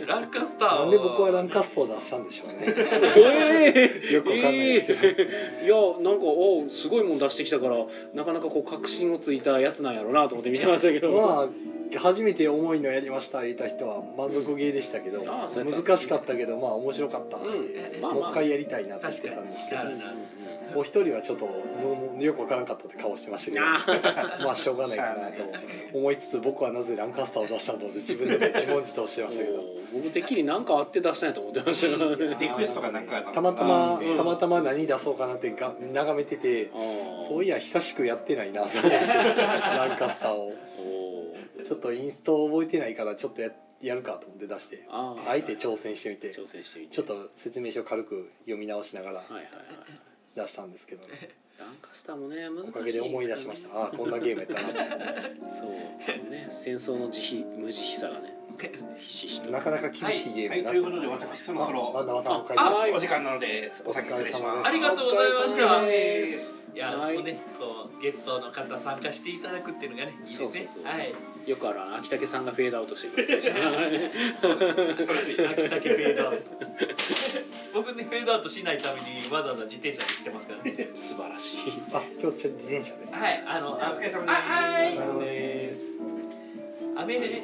Speaker 3: ランカスターを
Speaker 2: なんで僕はランカストを出したんでしょうねよ
Speaker 1: よ
Speaker 2: くわかんないですけど、
Speaker 1: いやなんかおうすごいもん出してきたからなかなかこう確信をついたやつなんやろうなと思って見てましたけど、
Speaker 2: まあ初めて重いのやりました言った人は満足ゲーでしたけど、
Speaker 1: うんああそうやった
Speaker 2: 難しかったけどまあ面白かったんで、
Speaker 1: うんまあまあ
Speaker 2: もう一回やりたいなと言ってたんですけど
Speaker 3: 確
Speaker 1: う
Speaker 3: か
Speaker 1: ん
Speaker 3: に
Speaker 2: お一人はちょっともうよくわからんかったって顔してましたけどまあしょうがないかなと思いつつ僕はなぜランカスターを出したので自分でも自問自答してましたけど。
Speaker 1: おう僕てっきりなんかあって出したんやと思ってましたから
Speaker 2: いやー
Speaker 4: リクエストがなんかあったの
Speaker 2: たまたま、
Speaker 1: うん
Speaker 2: たまたま何出そうかなってが眺めてて
Speaker 1: あー
Speaker 2: そういや久しくやってないなと思ってランカスターを
Speaker 1: おう
Speaker 2: ちょっとインスト覚えてないからちょっとややるかと思って出して
Speaker 1: あー
Speaker 2: あえて挑戦してみてち
Speaker 1: 挑戦してみて
Speaker 2: ょっと説明書軽く読み直しながら
Speaker 1: はいはいはい
Speaker 2: 出したんですけどね、
Speaker 1: ランカスターもね難しいす
Speaker 2: おか
Speaker 1: ら
Speaker 2: げ
Speaker 1: ね
Speaker 2: で思い出しましたああこんなゲームやったなって
Speaker 1: そうね戦争の慈悲無慈悲さ
Speaker 2: [LAUGHS]
Speaker 1: がねひしひしと
Speaker 2: なかなか厳しいゲーム
Speaker 4: はい、
Speaker 2: やな
Speaker 4: ということで私そろそ
Speaker 2: あ
Speaker 4: ろ
Speaker 2: 長さんお帰り
Speaker 1: あはい
Speaker 4: お時間なのでお先失礼します
Speaker 3: ありがとうございました
Speaker 1: お疲れ様です
Speaker 3: いや、
Speaker 1: はい
Speaker 3: もうねこうゲストの方参加していただくっていうのがねいいですね
Speaker 1: そうそうそう
Speaker 3: はい
Speaker 1: よくあるあの秋武さんがフェードアウトしてくれて
Speaker 2: [LAUGHS]
Speaker 1: ましたね
Speaker 3: 秋竹フェードアウト [LAUGHS] 僕ねフェードアウトしないためにわざわざ自転車で来てますからね
Speaker 1: 素晴らしい
Speaker 2: あ今日ちょっと自転車で
Speaker 3: はいあの
Speaker 4: じゃあお疲れ様です
Speaker 3: あはい
Speaker 2: お疲れ様です
Speaker 3: 雨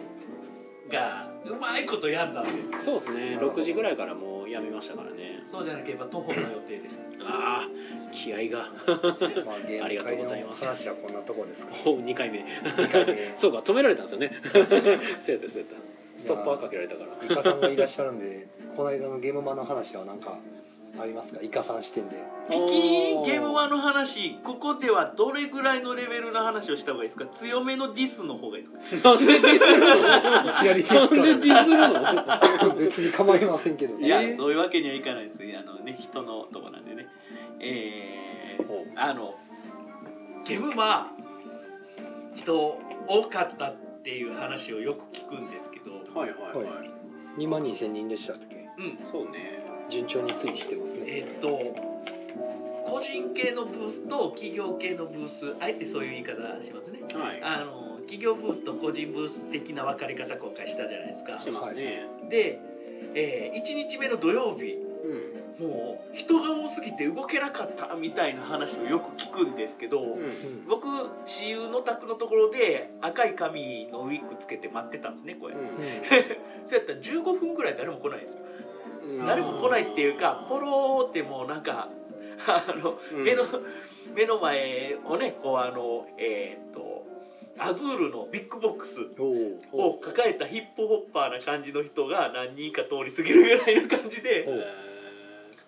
Speaker 3: がうまいことやんだんで
Speaker 1: そうですね
Speaker 2: なるほど
Speaker 1: 6時ぐらいからもうやめましたからね
Speaker 3: そうじゃなければ徒歩の予定でした
Speaker 1: ああ気合が
Speaker 2: まあ、ゲ
Speaker 1: あり
Speaker 2: ー
Speaker 1: がと
Speaker 2: ム
Speaker 1: う
Speaker 2: 会
Speaker 1: ご
Speaker 2: の
Speaker 1: ざいます
Speaker 2: 話はこんなとこですか
Speaker 1: お2回目
Speaker 2: 2回目
Speaker 1: [LAUGHS] そうか止められたんですよねそうやったそうやったストッパーかけられたから
Speaker 2: イカさんがいらっしゃるんでこの間のゲームマの話は何かありますかイカさん視点で
Speaker 3: ピキンゲームマの話ここではどれぐらいのレベルの話をした方がいいですか強めのディスの方がいいですか
Speaker 1: なんでディスるの
Speaker 2: いきなりです
Speaker 1: な
Speaker 2: か
Speaker 1: んでディスるの
Speaker 2: ら
Speaker 3: [LAUGHS]
Speaker 2: 別に構いませんけど
Speaker 3: いや、
Speaker 1: えー
Speaker 3: そういうわけにはいかないですあのね人のとこなんでねえー
Speaker 1: ほう
Speaker 3: あのゲームマ人多かったっていう話をよく聞くんですけど
Speaker 1: はいはいはい、
Speaker 2: は2万2000人でしたっけ
Speaker 3: うん
Speaker 1: そうね
Speaker 2: 順調に推移してますね
Speaker 3: えっと個人系のブースと企業系のブースあえてそういう言い方しますね
Speaker 1: はい
Speaker 3: あの企業ブースと個人ブース的な分かれ方今回したじゃないですか
Speaker 1: してますね、
Speaker 3: で、えー、1日目の土曜日もう人が多すぎて動けなかったみたいな話をよく聞くんですけど、
Speaker 1: うん、う
Speaker 2: うんん
Speaker 3: 僕私有の宅のところで赤い髪のウィッグつけて待ってたんですねこれ、
Speaker 1: うん
Speaker 3: そうやったら15分ぐらい誰も来ないんですよ
Speaker 1: うん
Speaker 3: 誰も来ないっていうかポローってもうなんかあの
Speaker 1: うん
Speaker 3: 目の目の前をねこうあのえーっとアズールのビッグボックス
Speaker 2: おー
Speaker 3: を抱えたヒップホッパーな感じの人が何人か通り過ぎるぐらいの感じで
Speaker 1: え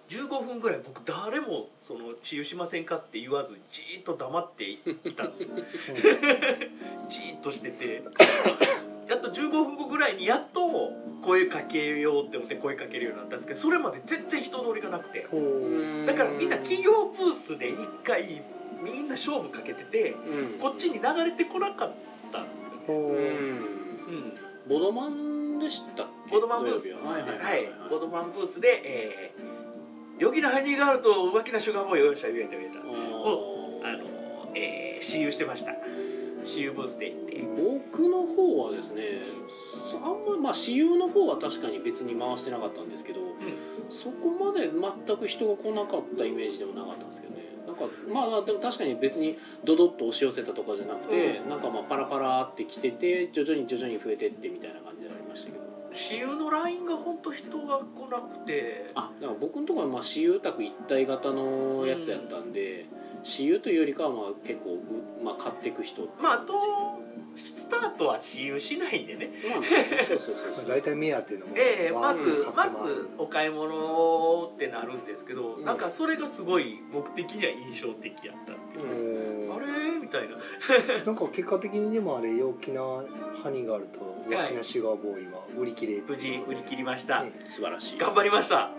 Speaker 3: 15分ぐらい僕誰もその「治癒しませんか?」って言わずじーっと黙っていた
Speaker 1: [LAUGHS]
Speaker 3: んですじーっとしててやっと15分後ぐらいにやっと声かけようって思って声かけるようになったんですけどそれまで全然人通りがなくて
Speaker 2: ほう
Speaker 1: ー
Speaker 3: だからみんな企業ブースで1回みんな勝負かけてて
Speaker 1: うん
Speaker 3: こっちに流れてこなかったんですよね
Speaker 2: ほ
Speaker 1: う
Speaker 2: うん
Speaker 3: うん
Speaker 1: ボドマンでしたっけ
Speaker 3: ボードマンブース
Speaker 1: 土
Speaker 3: で
Speaker 1: 曜
Speaker 3: す
Speaker 1: 日ははいはい
Speaker 3: はいボードマンブースでえー「良きなハニーガールと浮気なシュガーボーイをよっしゃ言えた言えた」
Speaker 1: おー
Speaker 3: あのえー、私有してました私有ブースで行って
Speaker 1: 僕の方はですねそあんまりまあ私有の方は確かに別に回してなかったんですけど、そこまで全く人が来なかったイメージでもなかったんですけどねなんかまあでも確かに別にドドッと押し寄せたとかじゃなくて、なんかまあパラパラって来てて徐々に徐々に増えてってみたいな感じでありましたけど
Speaker 3: 私有のラインが本当人が来なくて
Speaker 1: あだから僕のところはまあ私有宅一体型のやつやったんで、私有というよりかはまあ結構、うまあ、買っていく人っていう
Speaker 3: まああ
Speaker 1: 感
Speaker 3: とスタートは私有しないんでね
Speaker 1: じまあそうそうそうそ
Speaker 2: ま
Speaker 1: う
Speaker 2: あ [LAUGHS] 大体目当てのもの
Speaker 3: ええまず
Speaker 2: うん
Speaker 3: ま
Speaker 2: 買って
Speaker 3: ずお買い物ってなるんですけど、
Speaker 1: うん
Speaker 3: なんかそれがすごい僕的には印象的やったってい
Speaker 1: ん
Speaker 2: 回る
Speaker 3: うあ
Speaker 2: ほう
Speaker 3: れみたいな
Speaker 2: なんか結果的にでもあれ陽気なハニーがあると陽気なシュガーボーイは売り切れ
Speaker 3: 無事売り切りました、
Speaker 2: ね
Speaker 1: 素晴らしい
Speaker 3: 頑張りました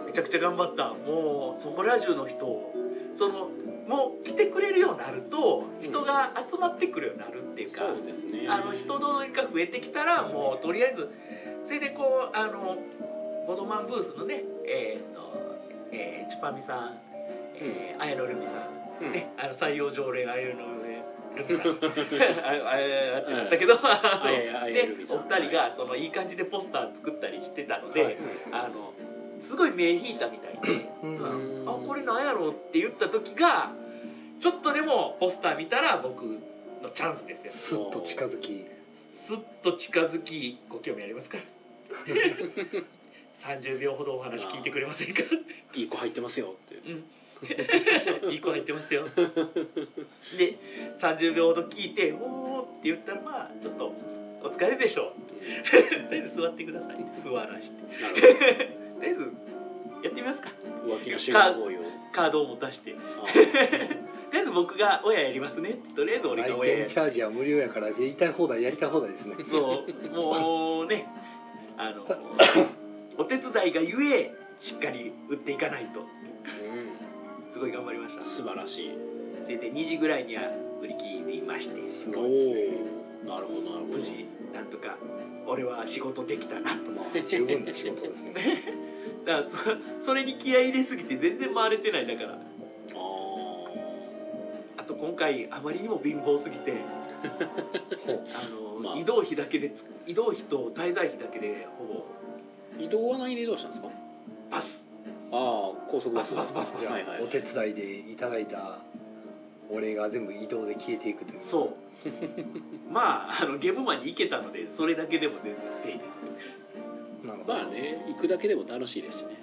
Speaker 1: うん
Speaker 3: めちゃくちゃ頑張ったもうそこら中の人をそのもう来てくれるようになると人が集まってくるようになるっていうか、
Speaker 1: そうですね
Speaker 3: あの人通りが増えてきたらもうとりあえずそれでこうあのボドマンブースのねえー、と、えーチュパミさん、えー、綾野ルミさん、
Speaker 1: うん
Speaker 3: ねあの採用条例綾野ルミさんあああってなったけど、
Speaker 1: あいやいやあいや
Speaker 3: で
Speaker 1: ルミさ
Speaker 3: お
Speaker 1: ん
Speaker 3: 二人がそのいい感じでポスター作ったりしてたので、
Speaker 2: はい
Speaker 3: あのすごい目引いたみたいで、
Speaker 2: うん
Speaker 1: うん
Speaker 3: あこれなんやろうって言った時がちょっとでもポスター見たら僕のチャンスですよ
Speaker 2: すっと近づき
Speaker 3: すっと近づきご興味ありますか30秒ほどお話聞いてくれませんか
Speaker 1: いい子入ってますよって
Speaker 3: うんいい子入ってますよで30秒ほど聞いて「おーって言ったらまあちょっとお疲れでしょうとりあえず座ってください座らしてと
Speaker 1: なる
Speaker 3: りあえずやってみますか [LAUGHS]
Speaker 1: ほど浮気のシュガーボーイを
Speaker 3: カードを持たして
Speaker 1: あー
Speaker 3: りあえず僕が親やりますねってとりあえず俺
Speaker 2: 来
Speaker 3: が親や
Speaker 2: 店チャージは無料やからやりたい放題やりたい放題
Speaker 3: [LAUGHS]
Speaker 2: ですね
Speaker 3: そうもうねあのお手伝いがゆえしっかり売っていかないとすごい頑張りまし
Speaker 1: 素晴らしい
Speaker 3: たでで2時ぐらいには売り切りまして
Speaker 2: す
Speaker 1: お
Speaker 2: ご
Speaker 1: お
Speaker 2: いですね
Speaker 1: ーなるほどなるほど
Speaker 3: 無事なんとか俺は仕事できたなと
Speaker 2: まあ十分な仕事ですね
Speaker 3: だからそそれに気合い入れすぎて全然回れてないだから
Speaker 1: あ
Speaker 3: あと今回あまりにも貧乏すぎて
Speaker 2: [LAUGHS]
Speaker 3: あの、
Speaker 1: まあ
Speaker 3: 移動費だけでつ移動費と滞在費だけでほぼ
Speaker 1: ー移動は何で移動したんですか
Speaker 3: パス
Speaker 1: ああ高速バス
Speaker 3: バスバスバスバス
Speaker 1: はいはい
Speaker 2: お手伝いでいただいたお礼が全部移動で消えていくという [LAUGHS]
Speaker 3: そうまああのゲームマンに行けたのでそれだけでも全然ペイです
Speaker 2: うなの
Speaker 1: まあね行くだけでも楽しいですしね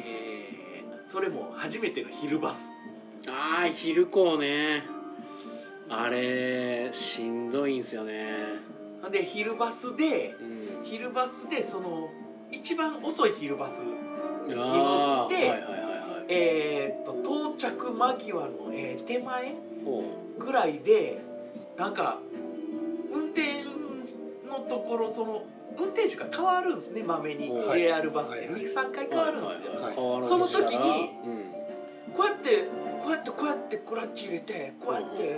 Speaker 3: えー、それも初めての昼バス
Speaker 1: ああ昼行ねあれしんどいんすよね
Speaker 3: で昼バスで
Speaker 1: うん
Speaker 3: 昼バスでその一番遅い昼バス
Speaker 1: ああ
Speaker 3: で
Speaker 1: はいはいはいはい
Speaker 3: えー、っと到着間際の、えー手前
Speaker 1: ほ
Speaker 3: ぐらいでなんか運転のところその運転手が変わるんですねまめに
Speaker 1: はい
Speaker 3: JR バスで
Speaker 2: はいはい
Speaker 3: 23回
Speaker 1: う
Speaker 3: 変わるんですよ、
Speaker 1: はいはいはい
Speaker 2: はい
Speaker 1: 変わろうとしたら
Speaker 3: その時に
Speaker 1: うん
Speaker 3: こうやってこうやってこうやってクラッチ入れてこうやって、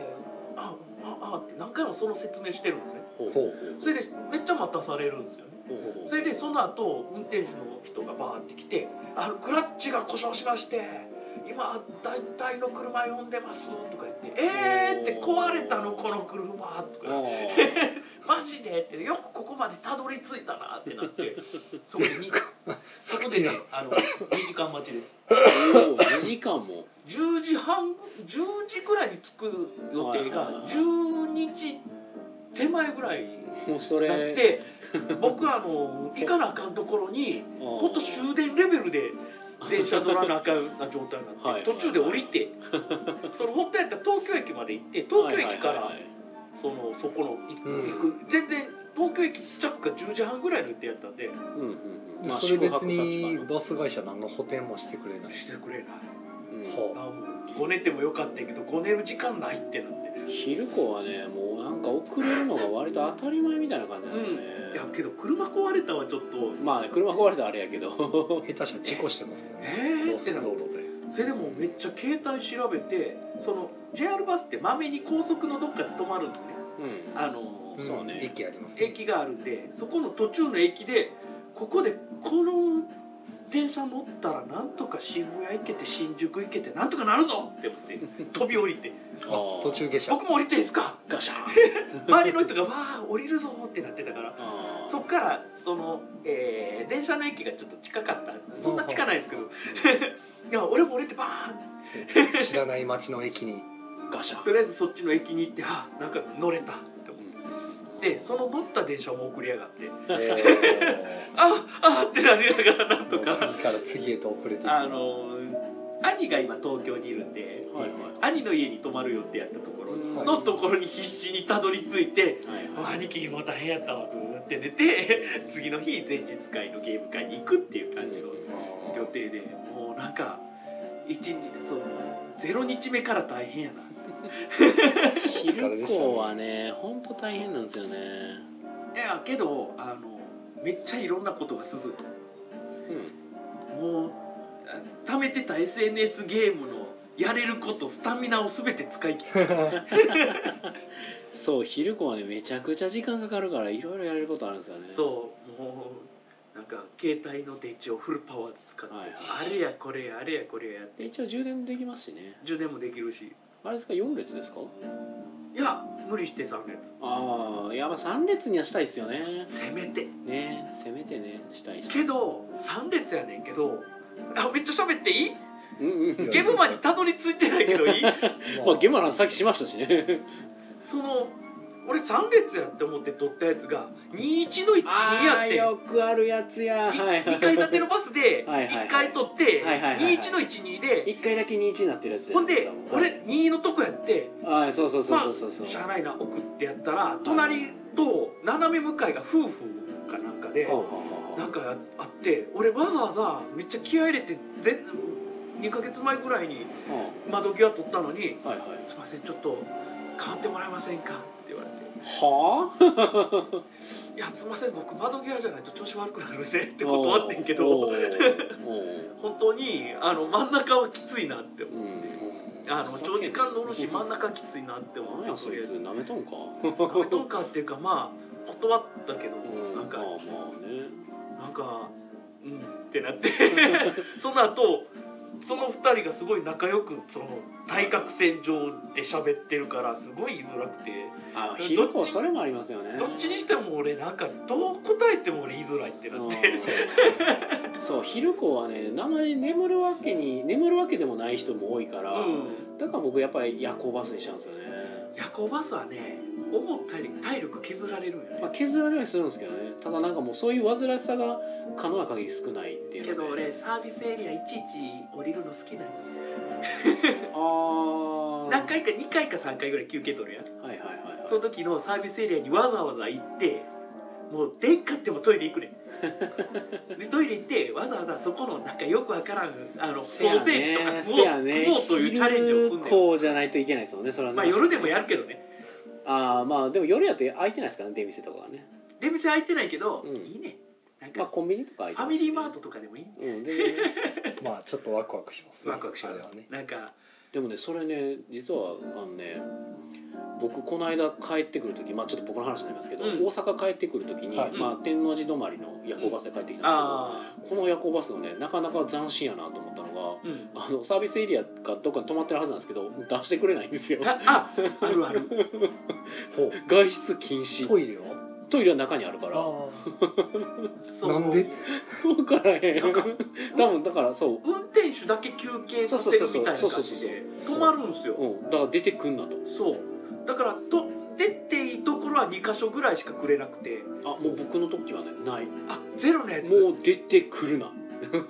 Speaker 3: あああって何回もその説明してるんですね
Speaker 1: ほう
Speaker 2: ほ
Speaker 1: ほ
Speaker 2: う
Speaker 1: う
Speaker 3: それでめっちゃ待たされるんですよね
Speaker 1: ほうほう
Speaker 3: それでその後運転手の人がバーって来て「あのクラッチが故障しまして今大体の車呼んでます」とか言って「えー!」って「壊れたのこの車」とか
Speaker 1: あ
Speaker 3: 「マジで?」ってよくここまでたどり着いたなってな [LAUGHS] ってそこでにそこでねあの2時間待ちです
Speaker 1: あおー二時間も
Speaker 3: 10時半10時ぐらいに着く予定
Speaker 1: はいはいは
Speaker 3: が
Speaker 1: い
Speaker 3: 12時手前ぐらいに
Speaker 1: もうそ
Speaker 3: なっ
Speaker 1: れ
Speaker 3: て僕はあの行かなあかんところに。
Speaker 1: ほ
Speaker 3: ほんと終電レベルで電車乗らなあかんな状態になって
Speaker 1: はい
Speaker 3: 途中で降
Speaker 1: [LAUGHS]
Speaker 3: りてその本当やったら東京駅まで行って東京駅からそのそこの行く、
Speaker 2: うん
Speaker 3: 行く全然東京駅着が10時半ぐらいの予定やったんで
Speaker 1: うんうんうんまあ
Speaker 2: それ別
Speaker 1: 宿泊先
Speaker 2: に
Speaker 1: かな
Speaker 2: バス会社何の補填もしてくれない
Speaker 3: してくれない
Speaker 1: うん
Speaker 2: は
Speaker 3: あもうご寝てもよかったけどご寝る時間ないってなって
Speaker 1: 昼子はねもうなんか遅れるのが割と当たり前みたいな感じなんですよね、
Speaker 3: いやけど車壊れたはちょっと
Speaker 1: まあね車壊れたらあれやけど
Speaker 2: あ下手したら事故してますもんね
Speaker 3: え
Speaker 2: 高
Speaker 3: えって
Speaker 2: 速
Speaker 3: なっ
Speaker 2: 道
Speaker 3: て
Speaker 2: 路で
Speaker 3: それでもうめっちゃ携帯調べてその JR バスってまめに高速のどっかで止まるんですね
Speaker 1: うん
Speaker 3: あの、
Speaker 1: そうね
Speaker 2: ん駅ありますね
Speaker 3: 駅があるんでそこの途中の駅でここでこの電車乗ったらなんとか渋谷行けて新宿行けてなんとかなるぞって思って飛び降りて
Speaker 2: あ途中下
Speaker 3: 「
Speaker 2: 車
Speaker 3: 僕も降りていいですか?
Speaker 1: ガシャン」
Speaker 3: 周りの人が「わあ降りるぞ」ってなってたから
Speaker 1: あー
Speaker 3: そっからその、えー電車の駅がちょっと近かったそんな近ないですけど [LAUGHS] いや俺も降りてバーン
Speaker 2: 知らない街の駅
Speaker 1: [LAUGHS]
Speaker 2: に
Speaker 1: ガシャン
Speaker 3: とりあえずそっちの駅に行って「あなんか乗れた」って思ってその乗った電車も送りやがって
Speaker 2: え
Speaker 1: [LAUGHS]
Speaker 2: ー
Speaker 3: 「ああ」ってなりながらなんと
Speaker 2: もう
Speaker 3: か。
Speaker 2: 次から次へと遅れていく
Speaker 3: あの兄が今東京にいるんで
Speaker 1: はいは
Speaker 3: 兄の家に泊まる予定やったところ
Speaker 1: い
Speaker 3: のところに必死にたどり着いて
Speaker 1: はいは
Speaker 3: 「
Speaker 1: い
Speaker 3: 兄貴もう大変やったわ」ぐーって寝て次の日前日会のゲーム会に行くっていう感じの予定でもうなんか一日その0日目から大変やな
Speaker 1: 昼子はね本当大変なんですよね
Speaker 3: いやけどあのめっちゃいろんなことが進む
Speaker 1: うん
Speaker 3: もうあ貯めてた SNS ゲームのやれることスタミナを全て使い切って
Speaker 1: そう昼子はねめちゃくちゃ時間かかるからいろいろやれることあるんですよね
Speaker 3: そうもうなんか携帯の電池をフルパワーで使って、
Speaker 1: はい
Speaker 3: あれやこれやあれやこれやって
Speaker 1: で一応充電できますしね
Speaker 3: 充電もできるし
Speaker 1: あれですか4列ですか
Speaker 3: いや無理して3列
Speaker 1: ああいやまあ3列にはしたいですよね
Speaker 3: せめて
Speaker 1: ねせめてねしたいし
Speaker 3: けど3列やねんけどあめっちゃ喋っていい
Speaker 1: うんうん
Speaker 2: いや
Speaker 3: ゲームマンにたどり着いてない
Speaker 1: [LAUGHS]
Speaker 3: けどいい
Speaker 1: まあ、ゲマランさっきしましたしね。
Speaker 3: その俺3列やって思って取ったやつが21の12や
Speaker 1: あ
Speaker 3: っ
Speaker 1: あ、
Speaker 3: てん
Speaker 1: よくあるやつや。はい
Speaker 3: 2階建てのバスで
Speaker 1: はいはいはい
Speaker 3: 1階取って
Speaker 1: はいはいはいはい
Speaker 3: 21の12で
Speaker 1: 一回だけ21になってるやつ
Speaker 3: ほんで俺
Speaker 1: 俺
Speaker 3: 2のとこやって
Speaker 1: ああ、そうそうそう
Speaker 3: ま
Speaker 1: そうそう
Speaker 3: あし
Speaker 1: そう。
Speaker 3: ゃあないな奥ってやったら隣と斜め向かいが夫婦かなんかで
Speaker 1: ほうほうほうほう
Speaker 3: なんかあって俺わざわざめっちゃ気合い入れて全2ヶ月前ぐらいに
Speaker 1: うん
Speaker 3: 窓際取ったのに
Speaker 1: はいはい
Speaker 3: 「すいませんちょっと変わってもらえませんか?」って言われて
Speaker 1: はあ
Speaker 3: 「いやすいません僕窓際じゃないと調子悪くなるぜ」って断ってんけど
Speaker 1: おーお
Speaker 3: [LAUGHS]
Speaker 1: ー
Speaker 3: 本当にあの真ん中はきついなって思うあの長時間乗るし真ん中きついなって思
Speaker 1: 何
Speaker 3: って
Speaker 1: やそいつ舐めとん
Speaker 3: [LAUGHS]
Speaker 1: か
Speaker 3: ダメとんかっていうかまあ断ったけど、
Speaker 1: うん
Speaker 3: なんか
Speaker 1: まあまあね
Speaker 3: なんかうんってなって [LAUGHS] その後その2人がすごい仲良くその対角線上で喋ってるからすごい言いづらくて
Speaker 1: あ
Speaker 3: どっち
Speaker 1: ひどくはそれもありますよね
Speaker 3: どっちにしても俺なんかどう答えても俺言いづらいってなって
Speaker 1: うんそう昼子はね名前眠るわけに眠るわけでもない人も多いか
Speaker 3: う
Speaker 1: ら、
Speaker 3: ん
Speaker 1: だから僕やっぱり夜行バスにしちゃうんですよね、
Speaker 3: 夜行バスはね思ったより体力削られるんよね、
Speaker 1: まあ、削られはするんですけどねただなんかもうそういう煩わしさが可能な限り少ないっていうので
Speaker 3: けど俺サービスエリアいちいち降りるの好きなの
Speaker 1: ああ
Speaker 3: 何回か2回か3回ぐらい休憩取るやん
Speaker 1: はいはいはいはい
Speaker 3: その時のサービスエリアにわざわざ行ってもう電化ってもトイレ行くね
Speaker 1: [LAUGHS]
Speaker 3: んでトイレ行ってわざわざそこのなんかよくわからんあのソーセージとか
Speaker 1: せ
Speaker 3: 食お
Speaker 1: や
Speaker 3: う,、
Speaker 1: ね
Speaker 3: 食おうというチャレンジをすんねん
Speaker 1: こうじゃないといけないですもんねそれはね
Speaker 3: まあ夜でもやるけどね
Speaker 1: ああまあでも夜やって空いてないですからね出店とかはね
Speaker 3: 出店空いてないけど、
Speaker 1: うん
Speaker 3: いいねなん
Speaker 1: まあ
Speaker 3: か
Speaker 1: コンビニとか空い
Speaker 3: フ
Speaker 1: て
Speaker 3: ァ
Speaker 1: ます
Speaker 3: ミリーマートとかでもいい
Speaker 1: うん全然
Speaker 2: まあちょっとワクワクしますね
Speaker 3: ワクワクし
Speaker 2: あ
Speaker 3: な
Speaker 2: れ
Speaker 3: がら
Speaker 2: はね
Speaker 3: なんか
Speaker 1: でもねそれね実はあのね僕この間帰ってくる時まあちょっと僕の話になりますけど、
Speaker 3: うん
Speaker 1: 大阪帰ってくる時に、
Speaker 2: はい
Speaker 1: まあ、天王寺止まりの夜行バスで帰ってきたんで
Speaker 3: ああ
Speaker 1: すけど、この夜行バスのねなかなか斬新やなと思ったの
Speaker 3: うん
Speaker 1: があのサービスエリアがどっかに止まってるはずなんですけど出してくれないんですよ
Speaker 3: あああるある
Speaker 1: [LAUGHS]
Speaker 2: ほ
Speaker 1: 外出禁
Speaker 2: う
Speaker 1: 止
Speaker 2: トイレを
Speaker 1: トイレは中にあるから
Speaker 2: あ
Speaker 3: そ
Speaker 2: なんで
Speaker 1: 分からへん
Speaker 3: なんか
Speaker 1: 多分だからそう、
Speaker 3: 運転手だけ休憩させるみたいな
Speaker 1: そうそうそ
Speaker 3: 感
Speaker 1: う
Speaker 3: じ
Speaker 1: そう
Speaker 3: で止まるんすよ、
Speaker 1: うん、だから出てくんなと
Speaker 3: そうだからと出ていいところは2箇所ぐらいしかくれなくて
Speaker 1: あもう僕の時はねない
Speaker 3: あゼロのやつ
Speaker 1: もう出てくるな
Speaker 2: なん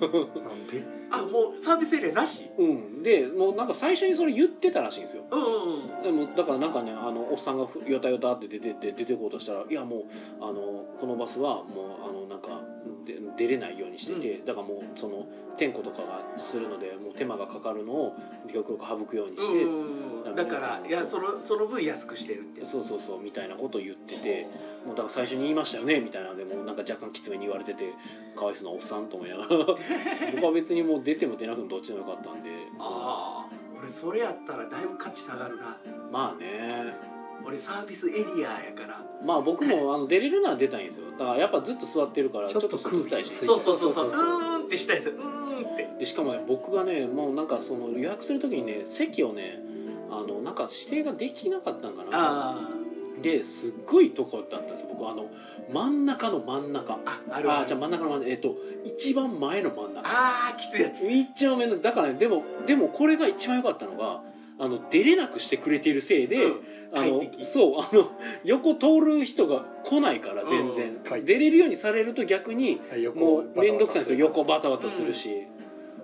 Speaker 2: で
Speaker 3: あもうサービスエリアなし
Speaker 1: うんでもうなんか最初にそれ言ってたらしいんですよ
Speaker 3: うんうんうん
Speaker 1: でもだからなんかねあのおっさんがふよたよたって出てって出てこうとしたらいやもうあのこのバスはもうあのなんかで出れないようにしてて、だからもうその点呼とかがするのでもう手間がかかるのを極力省くように
Speaker 3: う
Speaker 1: して、
Speaker 3: んうんうんだからいやそのその分安くしてるって
Speaker 1: そうそうそうみたいなことを言っててもうだから最初に言いましたよねみたいなのでもうなんか若干きつめに言われててかわいそうなおっさんと思いながら [LAUGHS] 僕は別にもう出ても出なくてもどっちでもよかったんで
Speaker 3: ああ俺それやったらだいぶ価値下がるな
Speaker 1: まあね
Speaker 3: 俺サービスエリアやから
Speaker 1: まあ僕もあの出れるのは出たいんですよだからやっぱずっと座ってるからち
Speaker 2: ち
Speaker 1: ょ
Speaker 2: ょ
Speaker 1: っ
Speaker 2: っ
Speaker 1: と
Speaker 2: と
Speaker 1: 外出たいし
Speaker 2: 空気
Speaker 3: そうそうそうそうう
Speaker 1: そうそう
Speaker 3: ーんってしたいんですようーんって
Speaker 1: でしかもね僕がねもうなんかその予約する時にね席をねあのなんか指定ができなかったんかな
Speaker 3: あ
Speaker 1: ですっごいとこだったんですよ僕あの真ん中の真ん中
Speaker 3: ああある
Speaker 1: あ
Speaker 3: あ
Speaker 1: ーじゃ
Speaker 3: る
Speaker 1: あ真ん中の真ん中えっと一番前の真ん中
Speaker 3: あーきついやつ
Speaker 1: 一番面倒だからねでもでもこれが一番良かったのがあの出れなくしてくれているせいで、
Speaker 3: うん
Speaker 1: あの
Speaker 3: 快適
Speaker 1: そうあの横通る人が来ないから全然、
Speaker 2: うん
Speaker 1: 出れるようにされると逆にもう面倒くさいんですよ横バタバタするし、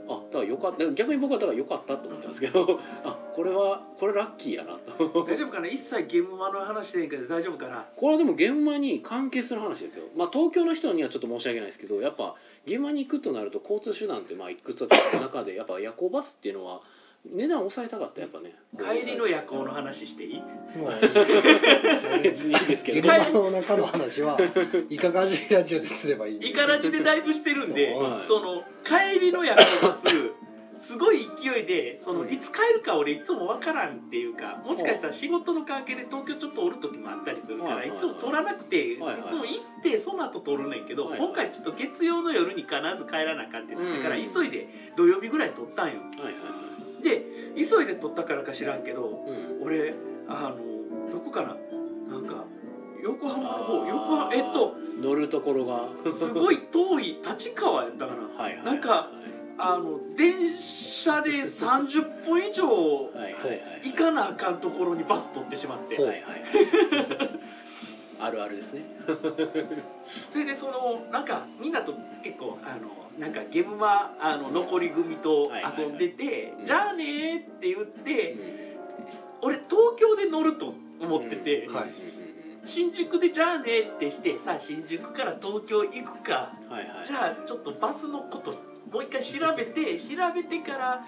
Speaker 1: あだからよかった逆に僕はだから良かったと思ったんですけど [LAUGHS] あこれはこれラッキーやなと
Speaker 3: 大丈夫かな一切ゲームマの話してんけど大丈夫かな
Speaker 1: これはでも現場に関係する話ですよまあ東京の人にはちょっと申し訳ないですけどやっぱ現場に行くとなると交通手段ってまあいくつかある中でやっぱ夜行バスっていうのは値段抑えたかったやっぱね
Speaker 3: 帰りの夜行の話していい
Speaker 2: もう
Speaker 1: 別にいいですけ
Speaker 2: ゲ
Speaker 1: ど
Speaker 2: ルマの中の話はいかがじラジオですればいいんで
Speaker 3: イカラジでだいぶしてる
Speaker 1: [LAUGHS]
Speaker 3: んで
Speaker 1: はい
Speaker 3: その帰りの夜行バス [LAUGHS] すごい勢いでそのいつ帰るか俺いつもわからんっていうかもしかしたら仕事の関係で東京ちょっとおる時もあったりするか
Speaker 1: は
Speaker 3: ら
Speaker 1: い
Speaker 3: いつも取らなくていつも
Speaker 1: はいはい
Speaker 3: 行ってその後取るねんけど
Speaker 1: はいはい
Speaker 3: 今回ちょっと月曜の夜に必ず帰らなあかんってなったから
Speaker 1: うん
Speaker 3: 急いで土曜日ぐらいに取ったんよ
Speaker 1: はいはい
Speaker 3: で急いで取ったからか知らんけど
Speaker 1: はい、うん、
Speaker 3: 俺あのどこかななんか横浜の方横
Speaker 1: あ
Speaker 3: 浜
Speaker 1: ー
Speaker 3: えっと
Speaker 1: 乗るところが
Speaker 3: すごい遠い立川やったかな
Speaker 1: はいはいはい
Speaker 3: なんかあの電車で30分以上
Speaker 1: はいはいはい
Speaker 3: 行かなあかんところにバス取ってしまって
Speaker 1: はいはいはいあるあるですね
Speaker 3: それでそのなんかみんなと結構あのなんかゲームはあの残り組と
Speaker 1: はいはいはい
Speaker 3: 遊んでて
Speaker 1: う
Speaker 3: 「
Speaker 1: ん
Speaker 3: じゃあね」って言っ
Speaker 1: う
Speaker 3: て
Speaker 1: ん
Speaker 3: 俺東京で乗ると思ってて
Speaker 1: うん
Speaker 2: はい
Speaker 1: うん
Speaker 3: 新宿で「じゃあね」ってしてさあ新宿から東京行くか
Speaker 1: うんはいはい
Speaker 3: じゃあちょっとバスのこともう一回調べて調べてから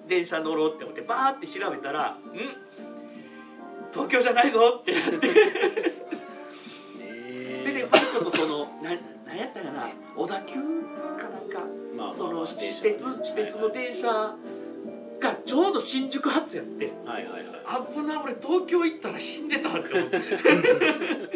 Speaker 1: うん
Speaker 3: 電車乗ろうって思ってバーって調べたら「ん東京じゃないぞ」ってなって
Speaker 1: ねえ
Speaker 3: それでうまいことそのななんやったかな小田急かなんか
Speaker 1: まあまあ
Speaker 3: その
Speaker 1: 電車
Speaker 3: 私鉄私鉄の電車がちょうど新宿発やって
Speaker 1: はいはいはいはい
Speaker 3: 危な俺東京行ったら死んでたって思って
Speaker 1: [LAUGHS]